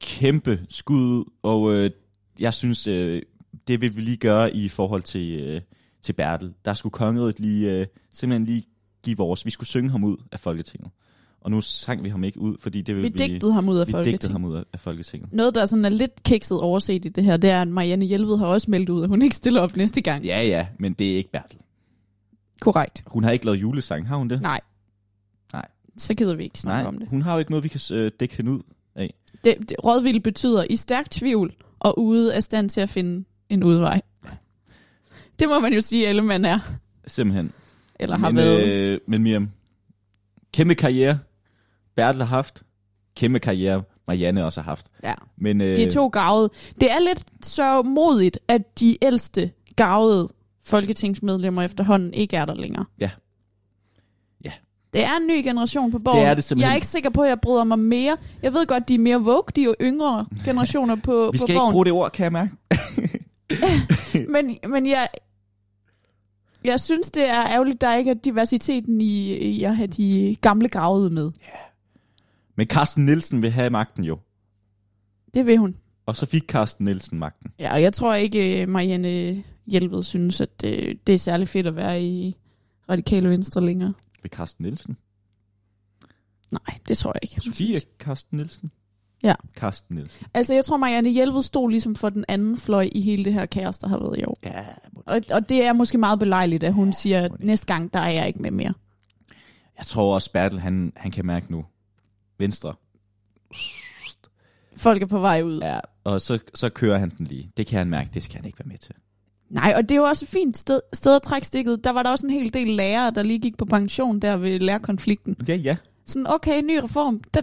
[SPEAKER 1] kæmpe skud, og øh, jeg synes, øh, det vil vi lige gøre i forhold til, øh, til Bertel. Der skulle kongedet lige, øh, simpelthen lige give vores... Vi skulle synge ham ud af Folketinget. Og nu sang vi ham ikke ud, fordi det vil
[SPEAKER 2] Vi
[SPEAKER 1] vi...
[SPEAKER 2] digtede ham ud af
[SPEAKER 1] vi digtede
[SPEAKER 2] Folketinget.
[SPEAKER 1] ham ud af- af Folketinget.
[SPEAKER 2] Noget, der sådan er lidt kikset overset i det her, det er, at Marianne Hjelved har også meldt ud, at hun ikke stiller op næste gang.
[SPEAKER 1] Ja, ja, men det er ikke Bertel.
[SPEAKER 2] Korrekt.
[SPEAKER 1] Hun har ikke lavet julesang, har hun det?
[SPEAKER 2] Nej.
[SPEAKER 1] Nej.
[SPEAKER 2] Så gider vi ikke snakke om det.
[SPEAKER 1] hun har jo ikke noget, vi kan øh, dække hende ud.
[SPEAKER 2] det, det rådvild betyder i stærk tvivl og ude af stand til at finde en udvej. Det må man jo sige, alle man er,
[SPEAKER 1] Simpelthen.
[SPEAKER 2] eller har
[SPEAKER 1] men,
[SPEAKER 2] været. Øh,
[SPEAKER 1] Øh, men Miriam, kæmpe karriere. Bertel har haft. Kæmpe karriere. Marianne også har haft.
[SPEAKER 2] ja.
[SPEAKER 1] Men, øh,
[SPEAKER 2] De er to gavede. Det er lidt så modigt, at de ældste gavede folketingsmedlemmer efterhånden ikke er der længere.
[SPEAKER 1] Ja. Ja.
[SPEAKER 2] Det er en ny generation på borgen.
[SPEAKER 1] Det er det simpelthen.
[SPEAKER 2] Jeg er ikke sikker på, at jeg bryder mig mere. Jeg ved godt, de er mere woke, de er jo
[SPEAKER 1] <laughs>
[SPEAKER 2] yngre generationer på,
[SPEAKER 1] vi
[SPEAKER 2] på
[SPEAKER 1] skal ikke
[SPEAKER 2] borgen.
[SPEAKER 1] bruge det ord, kan jeg mærke.
[SPEAKER 2] men, men jeg, jeg synes, det er ærgerligt, der ikke er diversiteten i, i at have de gamle gravede med.
[SPEAKER 1] Men Carsten Nielsen vil have magten jo.
[SPEAKER 2] Det vil hun.
[SPEAKER 1] Og så fik Carsten Nielsen magten.
[SPEAKER 2] Ja, og jeg tror ikke, øh, Marianne Hjelved synes, at øh, det, det er særlig fedt at være i radikale venstre længere.
[SPEAKER 1] Ved Carsten Nielsen.
[SPEAKER 2] Nej, det tror jeg ikke.
[SPEAKER 1] Sofie Carsten Nielsen.
[SPEAKER 2] Ja.
[SPEAKER 1] Carsten Nielsen.
[SPEAKER 2] Altså, jeg tror, Marianne Hjelved stod ligesom for den anden fløj i hele det her kaos, der har været i år.
[SPEAKER 1] Ja,
[SPEAKER 2] Og, og det er måske meget belejligt, at hun siger,
[SPEAKER 1] må
[SPEAKER 2] at
[SPEAKER 1] det.
[SPEAKER 2] næste gang, der er jeg ikke med mere.
[SPEAKER 1] jeg tror også, Bertel, han, han kan mærke nu. Venstre.
[SPEAKER 2] Folk er på vej ud.
[SPEAKER 1] Ja, og så, så kører han den lige. Det kan han mærke, det skal han ikke være med til.
[SPEAKER 2] Nej, og det er jo også et fint sted, sted at trække stikket. Der var der også en hel del lærere, der lige gik på pension der ved lærerkonflikten.
[SPEAKER 1] Ja, ja.
[SPEAKER 2] Sådan, okay, ny reform. Der,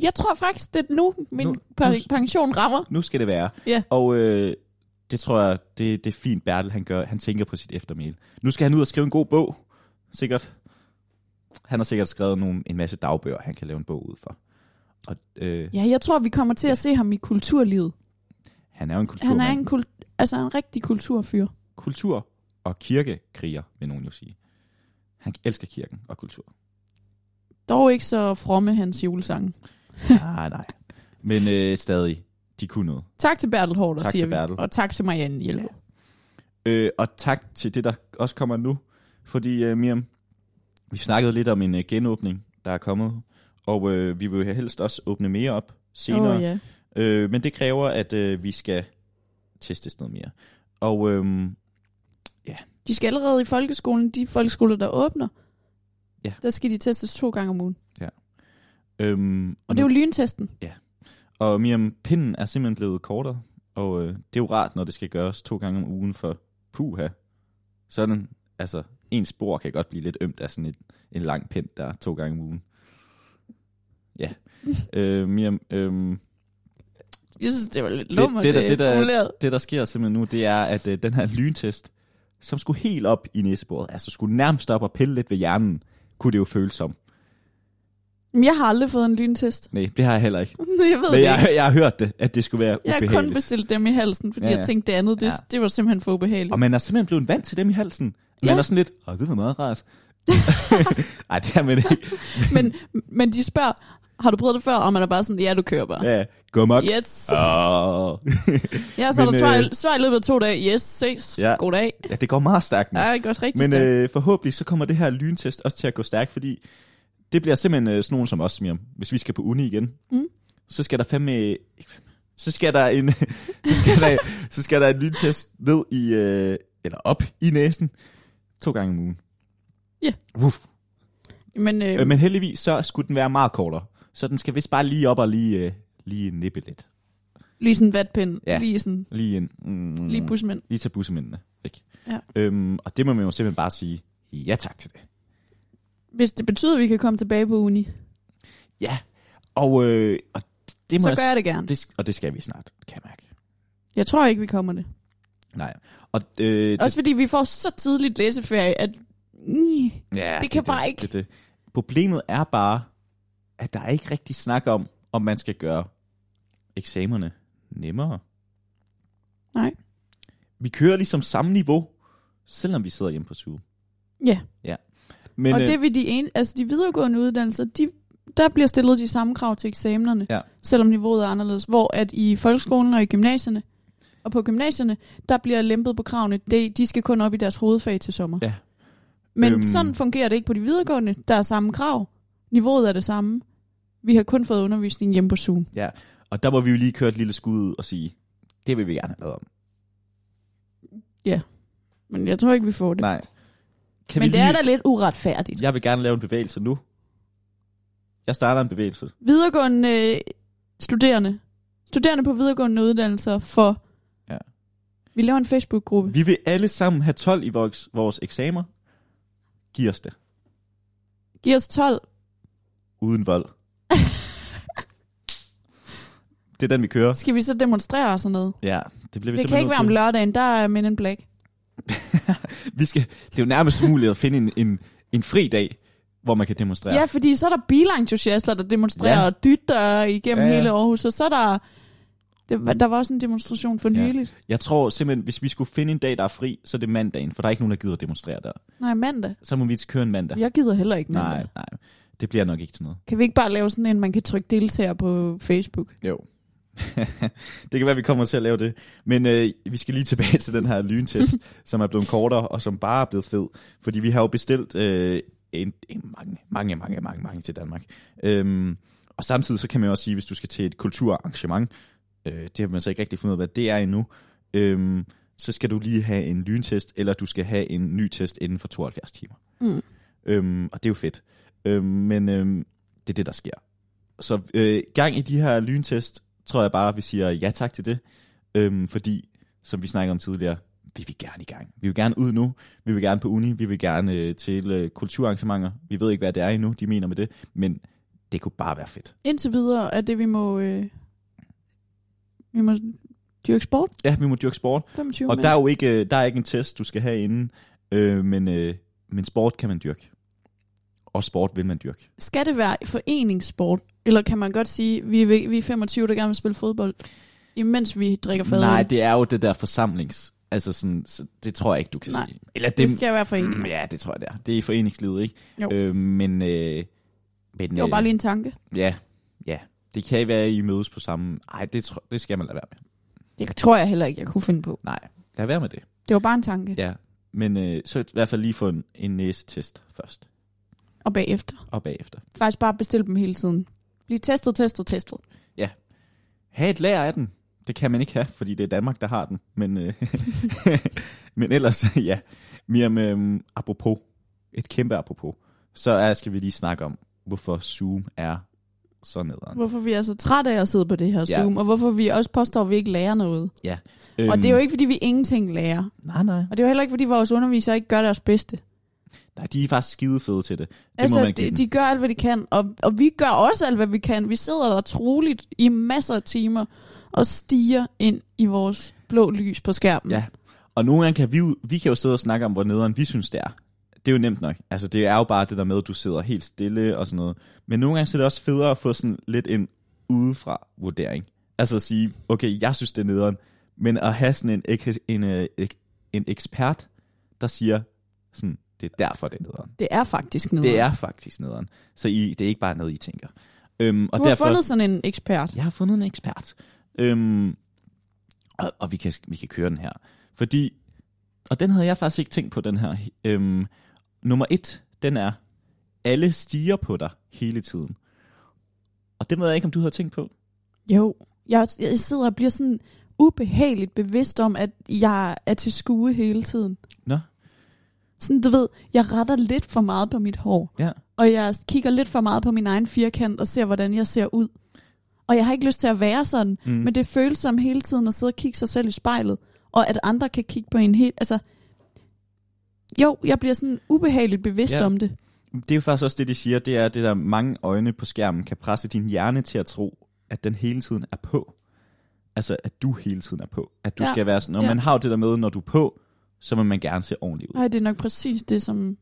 [SPEAKER 2] jeg tror faktisk, det er nu, min
[SPEAKER 1] Nu-
[SPEAKER 2] nu,
[SPEAKER 1] nu-
[SPEAKER 2] pension rammer.
[SPEAKER 1] Nu skal det være.
[SPEAKER 2] Ja.
[SPEAKER 1] Og øh, det tror jeg, det, det er fint, Bertel han gør. Han tænker på sit eftermæl. Nu skal han ud og skrive en god bog, sikkert. Han har sikkert skrevet nogle, en masse dagbøger, han kan lave en bog ud for. Og øh,
[SPEAKER 2] Ja, jeg tror, vi kommer til at se ham i kulturlivet.
[SPEAKER 1] han er jo en
[SPEAKER 2] Han
[SPEAKER 1] kulturmand.
[SPEAKER 2] er en, kul, altså en rigtig kulturfyr.
[SPEAKER 1] Kultur- og kirkekriger, vil nogen jo sige. Han elsker kirken og kultur.
[SPEAKER 2] <laughs> Dog ikke så fromme hans julesange.
[SPEAKER 1] nej, nej. Men øh, stadig, de kunne noget.
[SPEAKER 2] Tak til Bertel Hård,
[SPEAKER 1] Tak til
[SPEAKER 2] siger
[SPEAKER 1] Bertel.
[SPEAKER 2] vi. Og tak til Marianne Hjelved.
[SPEAKER 1] Øh, og tak til det, der også kommer nu, fordi øh, Miriam, vi snakkede lidt om en øh, genåbning, der er kommet, og øh, vi vil helst også åbne mere op senere,
[SPEAKER 2] Åh, ja.
[SPEAKER 1] øh, men det kræver, at øh, vi skal testes noget mere. Og øh,
[SPEAKER 2] De skal allerede i folkeskolen, de folkeskoler, der åbner,
[SPEAKER 1] Ja.
[SPEAKER 2] der skal de testes to gange om ugen.
[SPEAKER 1] øh,
[SPEAKER 2] Og det er jo lyntesten.
[SPEAKER 1] og Miriam, pinden er simpelthen blevet kortere, og øh, det er jo rart, når det skal gøres to gange om ugen for puha. Sådan, altså, en spor kan godt blive lidt ømt af sådan et, en lang pind, der er to gange om ugen.
[SPEAKER 2] <laughs>
[SPEAKER 1] Ja. øh, Miriam, øh,
[SPEAKER 2] Jeg synes, det var lidt
[SPEAKER 1] Det-
[SPEAKER 2] lummer,
[SPEAKER 1] det
[SPEAKER 2] det,
[SPEAKER 1] der- det
[SPEAKER 2] det, det,
[SPEAKER 1] der-
[SPEAKER 2] det,
[SPEAKER 1] det, der sker simpelthen nu, det er, at øh, den her lyntest, som skulle helt op i næsebordet, altså skulle nærmest op og pille lidt ved hjernen, kunne det jo føles som.
[SPEAKER 2] Men Jeg har aldrig fået en lyntest. <laughs>
[SPEAKER 1] Nej, det har jeg heller ikke.
[SPEAKER 2] Jeg ved
[SPEAKER 1] Men
[SPEAKER 2] det ikke.
[SPEAKER 1] jeg, jeg har hørt det, at det skulle være
[SPEAKER 2] Jeg har kun
[SPEAKER 1] ubehageligt.
[SPEAKER 2] bestilt dem i halsen, fordi
[SPEAKER 1] Ja,
[SPEAKER 2] ja,
[SPEAKER 1] ja.
[SPEAKER 2] jeg tænkte, det andet, det,
[SPEAKER 1] Ja.
[SPEAKER 2] ja. det var simpelthen for ubehageligt.
[SPEAKER 1] Og man er simpelthen blevet vant til dem i halsen. Og Man
[SPEAKER 2] Ja.
[SPEAKER 1] er sådan lidt, åh, det var meget rart. <laughs> Nej, det er man ikke.
[SPEAKER 2] Men, men de spørger, har du prøvet det før? Og man er bare sådan, ja, du kører bare.
[SPEAKER 1] Ja, gå mok.
[SPEAKER 2] Yes.
[SPEAKER 1] Åh.
[SPEAKER 2] Ja, så er
[SPEAKER 1] Men,
[SPEAKER 2] der
[SPEAKER 1] øh,
[SPEAKER 2] svar, svar i løbet af to dage. Yes, ses.
[SPEAKER 1] Ja.
[SPEAKER 2] Ja. Goddag.
[SPEAKER 1] Ja, det går meget stærkt nu.
[SPEAKER 2] Ja, det går også rigtig
[SPEAKER 1] Men
[SPEAKER 2] stærkt.
[SPEAKER 1] øh, forhåbentlig så kommer det her lyntest også til at gå stærkt, fordi det bliver simpelthen øh, sådan nogen som os, Miriam. Hvis vi skal på uni igen,
[SPEAKER 2] Mm.
[SPEAKER 1] så skal der fandme... ikke fandme, Så skal der en, <laughs> så skal der, så skal der en lyntest ned i, øh, eller op i næsen, to gange om ugen.
[SPEAKER 2] Ja.
[SPEAKER 1] Wuff.
[SPEAKER 2] Men, øh,
[SPEAKER 1] Øh, men heldigvis så skulle den være meget kortere. Så den skal vist bare lige op og lige, øh, lige nippe lidt.
[SPEAKER 2] lige sådan en vatpind.
[SPEAKER 1] Ja.
[SPEAKER 2] Ja. Lige sådan,
[SPEAKER 1] Lige, ind, mm,
[SPEAKER 2] lige busmænd.
[SPEAKER 1] lige til bussemændene. Ikke?
[SPEAKER 2] Ja.
[SPEAKER 1] Øhm, og det må man jo simpelthen bare sige, ja tak til det.
[SPEAKER 2] Hvis det betyder, at vi kan komme tilbage på uni,
[SPEAKER 1] Ja, og, øh, og det må
[SPEAKER 2] så
[SPEAKER 1] jeg,
[SPEAKER 2] gør jeg det gerne.
[SPEAKER 1] det. sk- Og det skal vi snart, kan jeg mærke.
[SPEAKER 2] Jeg tror ikke, vi kommer det.
[SPEAKER 1] Nej. Og, øh,
[SPEAKER 2] Også fordi vi får så tidligt læseferie, at... Mm,
[SPEAKER 1] det, ja,
[SPEAKER 2] det kan
[SPEAKER 1] er
[SPEAKER 2] bare ikke.
[SPEAKER 1] Det, er det. Problemet er bare, at der er ikke rigtig snak om, om man skal gøre eksamerne nemmere.
[SPEAKER 2] Nej.
[SPEAKER 1] Vi kører ligesom samme niveau, selvom vi sidder hjemme på suge.
[SPEAKER 2] Ja.
[SPEAKER 1] Ja. Men,
[SPEAKER 2] og
[SPEAKER 1] øh,
[SPEAKER 2] det vil de ene, altså de videregående uddannelser, de, der bliver stillet de samme krav til eksamenerne,
[SPEAKER 1] Ja.
[SPEAKER 2] selvom niveauet er anderledes. Hvor at i folkeskolen og i gymnasierne, og på gymnasierne, der bliver lempet på kravene. De, de skal kun op i deres hovedfag til sommer.
[SPEAKER 1] Ja.
[SPEAKER 2] Men
[SPEAKER 1] Øhm.
[SPEAKER 2] øhm. sådan fungerer det ikke på de videregående. Der er samme krav. Niveauet er det samme. Vi har kun fået undervisning hjemme på Zoom.
[SPEAKER 1] Og der må vi jo lige køre et lille skud ud og sige, det vil vi gerne have lavet om.
[SPEAKER 2] Men jeg tror ikke, vi får det.
[SPEAKER 1] Nej. Kan
[SPEAKER 2] Men
[SPEAKER 1] vi
[SPEAKER 2] det
[SPEAKER 1] lige...
[SPEAKER 2] er da lidt uretfærdigt.
[SPEAKER 1] Jeg vil gerne lave en bevægelse nu. Jeg starter en bevægelse.
[SPEAKER 2] videregående øh, studerende. Studerende på videregående uddannelser for...
[SPEAKER 1] Ja.
[SPEAKER 2] Vi laver en Facebook-gruppe.
[SPEAKER 1] Vi vil alle sammen have 12 i vores, vores eksamer. Giv os det.
[SPEAKER 2] Giv os 12.
[SPEAKER 1] Uden vold. <laughs> det er den, vi kører.
[SPEAKER 2] Skal vi så demonstrere og sådan noget?
[SPEAKER 1] Ja, det bliver vi
[SPEAKER 2] Det kan
[SPEAKER 1] simpelthen
[SPEAKER 2] ikke være om
[SPEAKER 1] nødt
[SPEAKER 2] lørdagen, der er Men in Black.
[SPEAKER 1] til. Vi skal, det er jo nærmest umuligt at finde en, en, en fri dag, hvor man kan
[SPEAKER 2] Ja.
[SPEAKER 1] demonstrere.
[SPEAKER 2] ja, fordi så er der bilentusiaster, der demonstrerer
[SPEAKER 1] Ja.
[SPEAKER 2] ja. og dytter igennem
[SPEAKER 1] Ja,
[SPEAKER 2] ja,
[SPEAKER 1] ja.
[SPEAKER 2] hele Aarhus, og så er der... Det, var- der var også en demonstration for
[SPEAKER 1] Ja.
[SPEAKER 2] nyligt.
[SPEAKER 1] Jeg tror simpelthen, hvis vi skulle finde en dag, der er fri, så er det mandagen, for der er ikke nogen, der gider at demonstrere der.
[SPEAKER 2] Nej, mandag.
[SPEAKER 1] Så må vi køre en mandag.
[SPEAKER 2] Jeg gider heller ikke mandag.
[SPEAKER 1] nej,
[SPEAKER 2] Nej.
[SPEAKER 1] nej. Det bliver nok ikke til noget.
[SPEAKER 2] Kan vi ikke bare lave sådan en, man kan trykke deltager på Facebook?
[SPEAKER 1] Jo. <laughs> det kan være, vi kommer til at lave det. Men øh, vi skal lige tilbage til den her lyntest, som er blevet kortere, og som bare er blevet fed. Fordi vi har jo bestilt øh, en, en mange, mange, mange, mange, mange til Danmark. Øhm, og samtidig så kan man jo også sige, hvis du skal til et kulturarrangement, øh, det har man så ikke rigtig fundet ud af, hvad det er endnu, øhm, så skal du lige have en lyntest, eller du skal have en ny test inden for 72 timer.
[SPEAKER 2] Mm.
[SPEAKER 1] Øhm, og det er jo fedt. Øhm, men øhm, det er det, der sker. Så øh, gang i de her lyntest, tror jeg bare, vi siger ja tak til det. Øhm, fordi, som vi snakkede om tidligere, vi vil gerne i gang. Vi vil gerne ud nu. Vi vil gerne på uni. Vi vil gerne øh, til øh, kulturarrangementer. Vi ved ikke, hvad det er endnu, de mener med det. Men det kunne bare være fedt.
[SPEAKER 2] Indtil videre er det, vi må... Øh, vi må dyrke sport.
[SPEAKER 1] Ja, vi må dyrke sport.
[SPEAKER 2] 25
[SPEAKER 1] Og der er jo ikke, øh, der er ikke en test, du skal have inden. Øh, men, øh, men sport kan man dyrke. Og sport vil man dyrke.
[SPEAKER 2] Skal det være foreningssport? Eller kan man godt sige, vi er, væk- vi er 25, der gerne vil spille fodbold, imens vi drikker fadøl?
[SPEAKER 1] Nej,
[SPEAKER 2] det,
[SPEAKER 1] det er jo det der forsamlings... Altså sådan, så det tror jeg ikke, du kan
[SPEAKER 2] Nej,
[SPEAKER 1] sige. Eller det,
[SPEAKER 2] det skal være forening.
[SPEAKER 1] Mm, Ja, det tror jeg, det er. Det er i foreningslivet, ikke?
[SPEAKER 2] Jo.
[SPEAKER 1] Øh, men, øh, men
[SPEAKER 2] Det var bare lige en tanke.
[SPEAKER 1] ja, ja. Det kan være, at I mødes på samme... Nej, det, tror, det skal man lade være med.
[SPEAKER 2] Det tror jeg heller ikke, jeg kunne finde på.
[SPEAKER 1] Nej, lad være med det.
[SPEAKER 2] Det var bare en tanke. Ja.
[SPEAKER 1] Ja. Men øh, så i hvert fald lige få en, en næsetest først.
[SPEAKER 2] Og bagefter.
[SPEAKER 1] Og bagefter.
[SPEAKER 2] Faktisk bare bestille dem hele tiden. Blive testet, testet, testet.
[SPEAKER 1] Ha' et lager af den. Det kan man ikke have, fordi det er Danmark, der har den. Men, øh, <laughs> men ellers, <laughs> ja. Miriam, øh, apropos. Et kæmpe apropos. Så er, skal vi lige snakke om, hvorfor Zoom er så nederen.
[SPEAKER 2] Hvorfor vi er så trætte af at sidde på det her
[SPEAKER 1] Ja.
[SPEAKER 2] ja. Zoom, og hvorfor vi også påstår, at vi ikke lærer noget.
[SPEAKER 1] Øhm,
[SPEAKER 2] Og det er jo ikke, fordi vi ingenting lærer.
[SPEAKER 1] Nej, nej.
[SPEAKER 2] Og det er jo heller ikke, fordi vores undervisere ikke gør deres bedste.
[SPEAKER 1] Nej, de er faktisk skide fede til det. Det altså,
[SPEAKER 2] Altså,
[SPEAKER 1] må man give
[SPEAKER 2] de,
[SPEAKER 1] dem.
[SPEAKER 2] de gør alt, hvad de kan, og, og vi gør også alt, hvad vi kan. Vi sidder der troligt i masser af timer og stiger ind i vores blå lys på skærmen.
[SPEAKER 1] Ja. Og nogle gange kan vi, jo- vi kan jo sidde og snakke om, hvor nederen vi synes, det er. Det er jo nemt nok. Altså, det er jo bare det der med, at du sidder helt stille og sådan noget. Men nogle gange så er det også federe at få sådan lidt en udefra vurdering. Altså at sige, okay, jeg synes, det er nederen. Men at have sådan en, ek- en, øh, ek- en ekspert, der siger, sådan, det er derfor, det er nederen.
[SPEAKER 2] Det er faktisk noget.
[SPEAKER 1] Det er faktisk nederen. Så I, det er ikke bare noget, I tænker. Øhm, og
[SPEAKER 2] Du har
[SPEAKER 1] derfor,
[SPEAKER 2] fundet sådan en ekspert.
[SPEAKER 1] Jeg har fundet en ekspert. Øhm, og, og vi, kan, vi kan køre den her. Fordi, og den havde jeg faktisk ikke tænkt på, den her. Øhm, nummer et, den er, alle stiger på dig hele tiden. Og det ved jeg ikke, om du havde tænkt på.
[SPEAKER 2] Jo, jeg, jeg sidder og bliver sådan ubehageligt bevidst om, at jeg er til skue hele tiden.
[SPEAKER 1] Nå.
[SPEAKER 2] Sådan, du ved, jeg retter lidt for meget på mit hår.
[SPEAKER 1] Ja.
[SPEAKER 2] Og jeg kigger lidt for meget på min egen firkant og ser, hvordan jeg ser ud. Og jeg har ikke lyst til at være sådan.
[SPEAKER 1] Mm.
[SPEAKER 2] Men det føles som hele tiden at sidde og kigge sig selv i spejlet, og at andre kan kigge på en helt... Altså, jo, jeg bliver sådan ubehageligt bevidst
[SPEAKER 1] Ja.
[SPEAKER 2] ja. om det.
[SPEAKER 1] Det er jo faktisk også det, de siger, det er det der mange øjne på skærmen kan presse din hjerne til at tro, at den hele tiden er på. Altså, at du hele tiden er på. At du ja.
[SPEAKER 2] Ja.
[SPEAKER 1] skal være sådan, og
[SPEAKER 2] Ja.
[SPEAKER 1] man har jo det der med, når du er på, så vil man gerne se ordentligt ud.
[SPEAKER 2] Nej, det er nok præcis det, som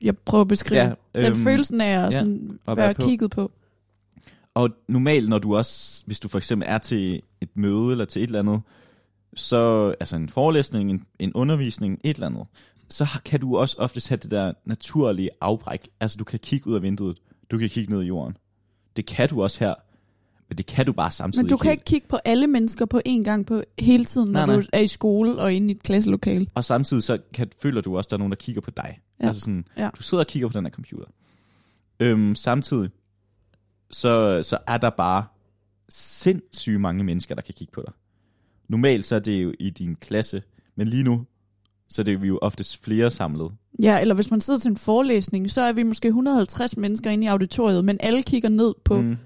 [SPEAKER 2] jeg prøver at beskrive. Ja, øhm, Den følelsen af at
[SPEAKER 1] ja,
[SPEAKER 2] sådan
[SPEAKER 1] at være
[SPEAKER 2] være
[SPEAKER 1] på.
[SPEAKER 2] kigget på.
[SPEAKER 1] Og normalt, når du også, hvis du for eksempel er til et møde eller til et eller andet, så altså en forelæsning, en, en undervisning, et eller andet, så har- kan du også ofte have det der naturlige afbræk. Altså du kan kigge ud af vinduet, du kan kigge ned i jorden. Det kan du også her, men det kan du bare samtidig
[SPEAKER 2] Men du kan
[SPEAKER 1] helt.
[SPEAKER 2] ikke kigge på alle mennesker på én gang på hele tiden, når
[SPEAKER 1] Nej,
[SPEAKER 2] nej,
[SPEAKER 1] nej.
[SPEAKER 2] du er i skole og inde i et klasselokale.
[SPEAKER 1] Og samtidig så kan, føler du også, at der er nogen, der kigger på dig. Ja.
[SPEAKER 2] Ja.
[SPEAKER 1] Altså sådan, ja.
[SPEAKER 2] Ja.
[SPEAKER 1] du sidder og kigger på den her computer. Øhm, samtidig, så, så er der bare sindssygt mange mennesker, der kan kigge på dig. Normalt så er det jo i din klasse, men lige nu, så er det vi jo oftest flere samlet.
[SPEAKER 2] Ja, eller hvis man sidder til en forelæsning, så er vi måske 150 mennesker inde i auditoriet, men alle kigger ned på mm.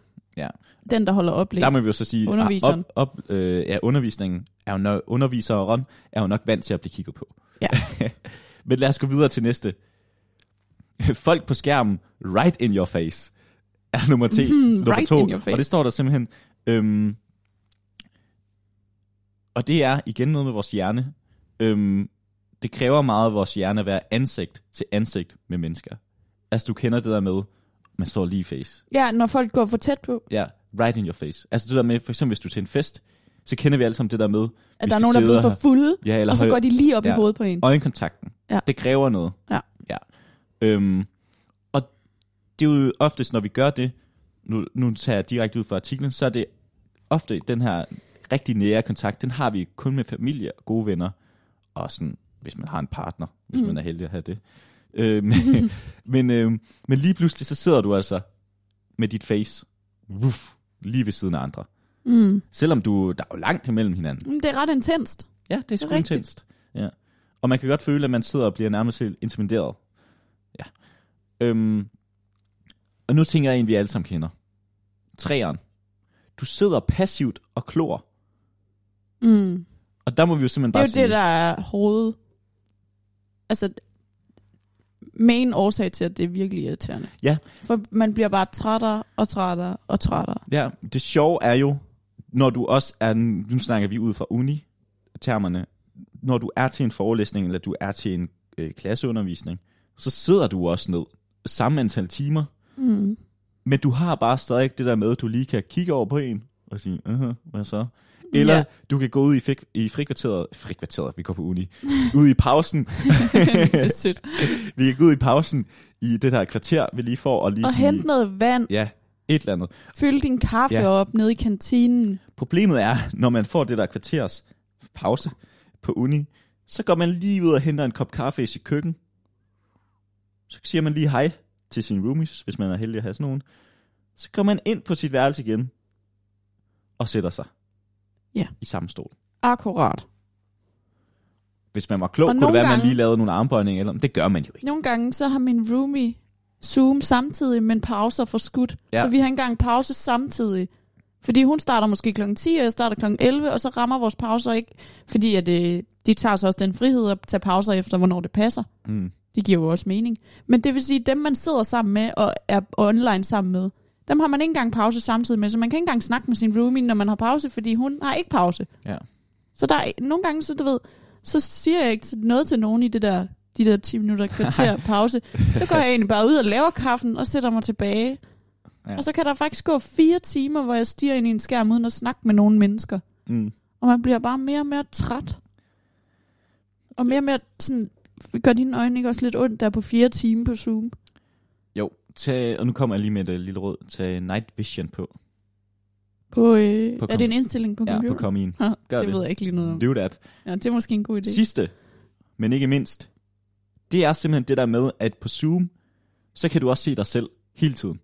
[SPEAKER 2] den, der holder oplæg.
[SPEAKER 1] Der må vi jo så sige, at op,
[SPEAKER 2] Underviseren.
[SPEAKER 1] op, øh, ja, undervisningen er jo nok, underviseren er jo nok vant til at blive kigget på.
[SPEAKER 2] Ja.
[SPEAKER 1] <laughs> Men lad os gå videre til næste. Folk på skærmen, right in your face, er nummer, t, nummer
[SPEAKER 2] Mhm, right
[SPEAKER 1] to.
[SPEAKER 2] in your face.
[SPEAKER 1] Og det står der simpelthen. Øhm, og det er igen noget med vores hjerne. Øhm, det kræver meget af vores hjerne at være ansigt til ansigt med mennesker. Altså du kender det der med, man står lige i face.
[SPEAKER 2] Ja, når folk går for tæt på,
[SPEAKER 1] Ja, right in your face. Altså det der med, for eksempel hvis du er til en fest, så kender vi alle sammen det der med,
[SPEAKER 2] at
[SPEAKER 1] Vi
[SPEAKER 2] der
[SPEAKER 1] skal
[SPEAKER 2] er nogen, der er blevet
[SPEAKER 1] sidde
[SPEAKER 2] for fulde,
[SPEAKER 1] ja, eller
[SPEAKER 2] og så
[SPEAKER 1] høj-
[SPEAKER 2] går de lige op ja. i
[SPEAKER 1] Ja.
[SPEAKER 2] hovedet på en.
[SPEAKER 1] øjenkontakten.
[SPEAKER 2] Ja.
[SPEAKER 1] Det kræver noget.
[SPEAKER 2] Ja.
[SPEAKER 1] ja. Øhm, og det er jo oftest, når vi gør det, nu, nu tager jeg direkte ud fra artiklen, så er det ofte den her rigtig nære kontakt, den har vi kun med familie og gode venner, og sådan, hvis man har en partner, hvis mm.
[SPEAKER 2] Mm.
[SPEAKER 1] man er heldig at have det. Øhm, men, <laughs> øhm, men lige pludselig, så sidder du altså med dit face, wuff, lige ved siden af andre.
[SPEAKER 2] Mm.
[SPEAKER 1] Selvom du, der er jo langt imellem hinanden.
[SPEAKER 2] Mm, Det er ret intenst.
[SPEAKER 1] Ja, det er
[SPEAKER 2] sgu
[SPEAKER 1] sgu intenst. Ja. Og man kan godt føle, at man sidder og bliver nærmest helt intimideret. Ja. Øhm, og nu tænker jeg en, vi alle sammen kender. Træeren. Du sidder passivt og klor.
[SPEAKER 2] Mm.
[SPEAKER 1] Og der må vi jo simpelthen
[SPEAKER 2] Det er
[SPEAKER 1] bare
[SPEAKER 2] jo
[SPEAKER 1] sige,
[SPEAKER 2] det, der er hoved... Altså, main årsag til, at det er virkelig irriterende.
[SPEAKER 1] Ja.
[SPEAKER 2] For man bliver bare trættere og trættere og trættere.
[SPEAKER 1] Ja, det sjove er jo, når du også er, nu snakker vi ud fra uni-termerne, når du er til en forelæsning, eller du er til en øh, klasseundervisning, så sidder du også ned samme antal timer,
[SPEAKER 2] Mm.
[SPEAKER 1] Men du har bare stadig det der med, at du lige kan kigge over på en og sige, uh hvad så? Eller
[SPEAKER 2] Ja.
[SPEAKER 1] du kan gå ud i, fik, i frikvarteret, frikvarteret, vi går på uni, <laughs> ud i
[SPEAKER 2] <laughs>
[SPEAKER 1] pausen,
[SPEAKER 2] Det er sødt.
[SPEAKER 1] vi kan gå ud i pausen i det der kvarter, vi lige får, og <laughs> lige
[SPEAKER 2] Og
[SPEAKER 1] sige,
[SPEAKER 2] hente noget vand.
[SPEAKER 1] ja, et eller andet.
[SPEAKER 2] Fyld din kaffe
[SPEAKER 1] Ja.
[SPEAKER 2] ja. op nede i kantinen.
[SPEAKER 1] Problemet er, når man får det der kvarters pause på uni, så går man lige ud og henter en kop kaffe i sit køkken. Så siger man lige hej til sine roomies, hvis man er heldig at have sådan nogen. Så går man ind på sit værelse igen og sætter sig
[SPEAKER 2] Ja.
[SPEAKER 1] i samme stol.
[SPEAKER 2] Akkurat.
[SPEAKER 1] Hvis man var klog,
[SPEAKER 2] Og
[SPEAKER 1] kunne det
[SPEAKER 2] nogle
[SPEAKER 1] være, at man
[SPEAKER 2] gange-
[SPEAKER 1] lige lavede nogle armbøjninger, eller men det gør man jo ikke.
[SPEAKER 2] Nogle gange så har min roomie Zoom samtidig, men pauser for skudt.
[SPEAKER 1] Ja.
[SPEAKER 2] Ja. Så vi har ikke engang pause samtidig. Fordi hun starter måske kl. 10, og jeg starter kl. 11, og så rammer vores pauser ikke. Fordi at, øh, de tager så også den frihed at tage pauser efter, hvornår det passer.
[SPEAKER 1] Mm.
[SPEAKER 2] Det giver jo også mening. Men det vil sige, dem man sidder sammen med og er online sammen med, dem har man ikke engang pause samtidig med, så man kan ikke engang snakke med sin roomie, når man har pause, fordi hun har ikke pause.
[SPEAKER 1] Ja.
[SPEAKER 2] Så der er e- nogle gange, så du ved, så siger jeg ikke til- noget til nogen i det der, de der 10 minutter kvarter pause. Så går jeg egentlig bare ud og laver kaffen og sætter mig tilbage.
[SPEAKER 1] Ja.
[SPEAKER 2] Ja. Og så kan der faktisk gå fire timer, hvor jeg stiger ind i en skærm uden at snakke med nogen mennesker.
[SPEAKER 1] <laughs> Mm.
[SPEAKER 2] Og man bliver bare mere og mere træt. Og mere og mere sådan, gør dine øjne ikke også lidt ondt der på fire timer på Zoom?
[SPEAKER 1] Jo, tag, og nu kommer jeg lige med et øh, lille råd. Tag night vision på,
[SPEAKER 2] På, øh,
[SPEAKER 1] På
[SPEAKER 2] er det en indstilling på
[SPEAKER 1] ja, på
[SPEAKER 2] computer?
[SPEAKER 1] Comin.
[SPEAKER 2] Ja,
[SPEAKER 1] Gør
[SPEAKER 2] det,
[SPEAKER 1] det.
[SPEAKER 2] ved jeg ikke lige noget om.
[SPEAKER 1] Do that.
[SPEAKER 2] Ja, det er måske en god idé.
[SPEAKER 1] Sidste, men ikke mindst, det er simpelthen det der med, at på Zoom, så kan du også se dig selv hele tiden.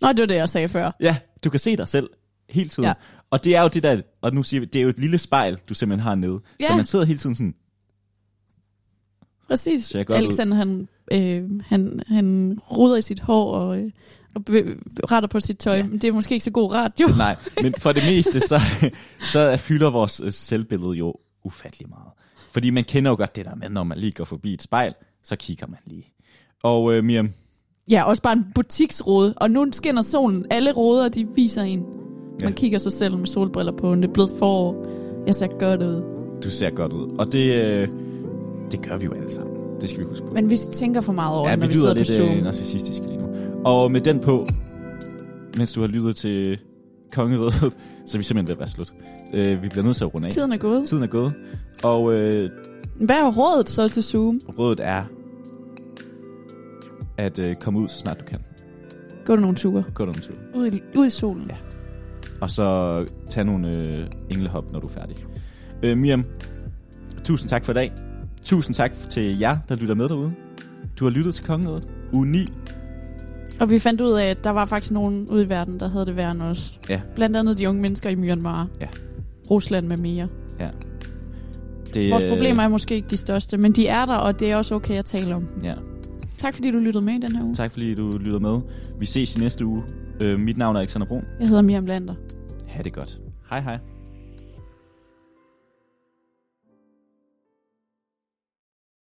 [SPEAKER 2] Nå, det var det, jeg sagde før.
[SPEAKER 1] Ja, du kan se dig selv hele tiden. Ja.
[SPEAKER 2] Ja.
[SPEAKER 1] Og det er jo det der, og nu siger vi, det er jo et lille spejl, du simpelthen har nede. Ja. Så
[SPEAKER 2] Ja.
[SPEAKER 1] man sidder hele tiden sådan,
[SPEAKER 2] Præcis.
[SPEAKER 1] Ser godt ud.
[SPEAKER 2] Alexander, han, øh, han, han ruder i sit hår og, øh, og be- retter på sit tøj.
[SPEAKER 1] Ja.
[SPEAKER 2] Ja. Det er måske ikke så god <laughs> radio.
[SPEAKER 1] nej. Men for det meste, så, så fylder vores øh, selvbillede jo ufattelig meget. Fordi man kender jo godt det der med, når man lige går forbi et spejl, så kigger man lige. Og øh, Miriam,
[SPEAKER 2] Ja, også bare en butiksrode. Og nu skinner solen. Alle roder, de viser en. Man
[SPEAKER 1] Ja.
[SPEAKER 2] ja. kigger sig selv med solbriller på. Det er blevet forår. Jeg ser godt ud.
[SPEAKER 1] du ser godt ud. Og det, øh, det gør vi jo alle sammen. Det skal vi huske på.
[SPEAKER 2] Men vi tænker for meget over,
[SPEAKER 1] Ja,
[SPEAKER 2] ja,
[SPEAKER 1] vi
[SPEAKER 2] når vi
[SPEAKER 1] lyder
[SPEAKER 2] sidder
[SPEAKER 1] lidt
[SPEAKER 2] på Zoom.
[SPEAKER 1] øh, narcissistisk lige nu. Og med den på, mens du har lyttet til kongeriget, <laughs> så er vi simpelthen ved at være slut. Øh, vi bliver nødt til at runde af.
[SPEAKER 2] Tiden er gået.
[SPEAKER 1] Tiden er gået, og øh,
[SPEAKER 2] Hvad er rådet så til Zoom?
[SPEAKER 1] rådet er at øh, komme ud, så snart du kan.
[SPEAKER 2] Gå der nogle ture.
[SPEAKER 1] Gå dig en tur.
[SPEAKER 2] Ud i, ud i solen.
[SPEAKER 1] Ja. Og så tag nogle øh, englehop, når du er færdig. Øh, Miriam, tusind tak for i dag. Tusind tak til jer, der lytter med derude. Du har lyttet til Kongeriget. Uge 9.
[SPEAKER 2] Og vi fandt ud af, at der var faktisk nogen ude i verden, der havde det værre end os.
[SPEAKER 1] Ja.
[SPEAKER 2] Blandt andet de unge mennesker i Myanmar.
[SPEAKER 1] Ja.
[SPEAKER 2] Rusland med mere.
[SPEAKER 1] Det,
[SPEAKER 2] Vores
[SPEAKER 1] øh,
[SPEAKER 2] problemer er måske ikke de største, men de er der, og det er også okay at tale om.
[SPEAKER 1] øh, Ja.
[SPEAKER 2] Tak fordi du lyttede med i den her uge.
[SPEAKER 1] Tak fordi du lytter med. Vi ses i næste uge. Øh, mit navn er Alexander Brun.
[SPEAKER 2] Jeg hedder Miriam Lander.
[SPEAKER 1] Ha' det godt. Hej hej.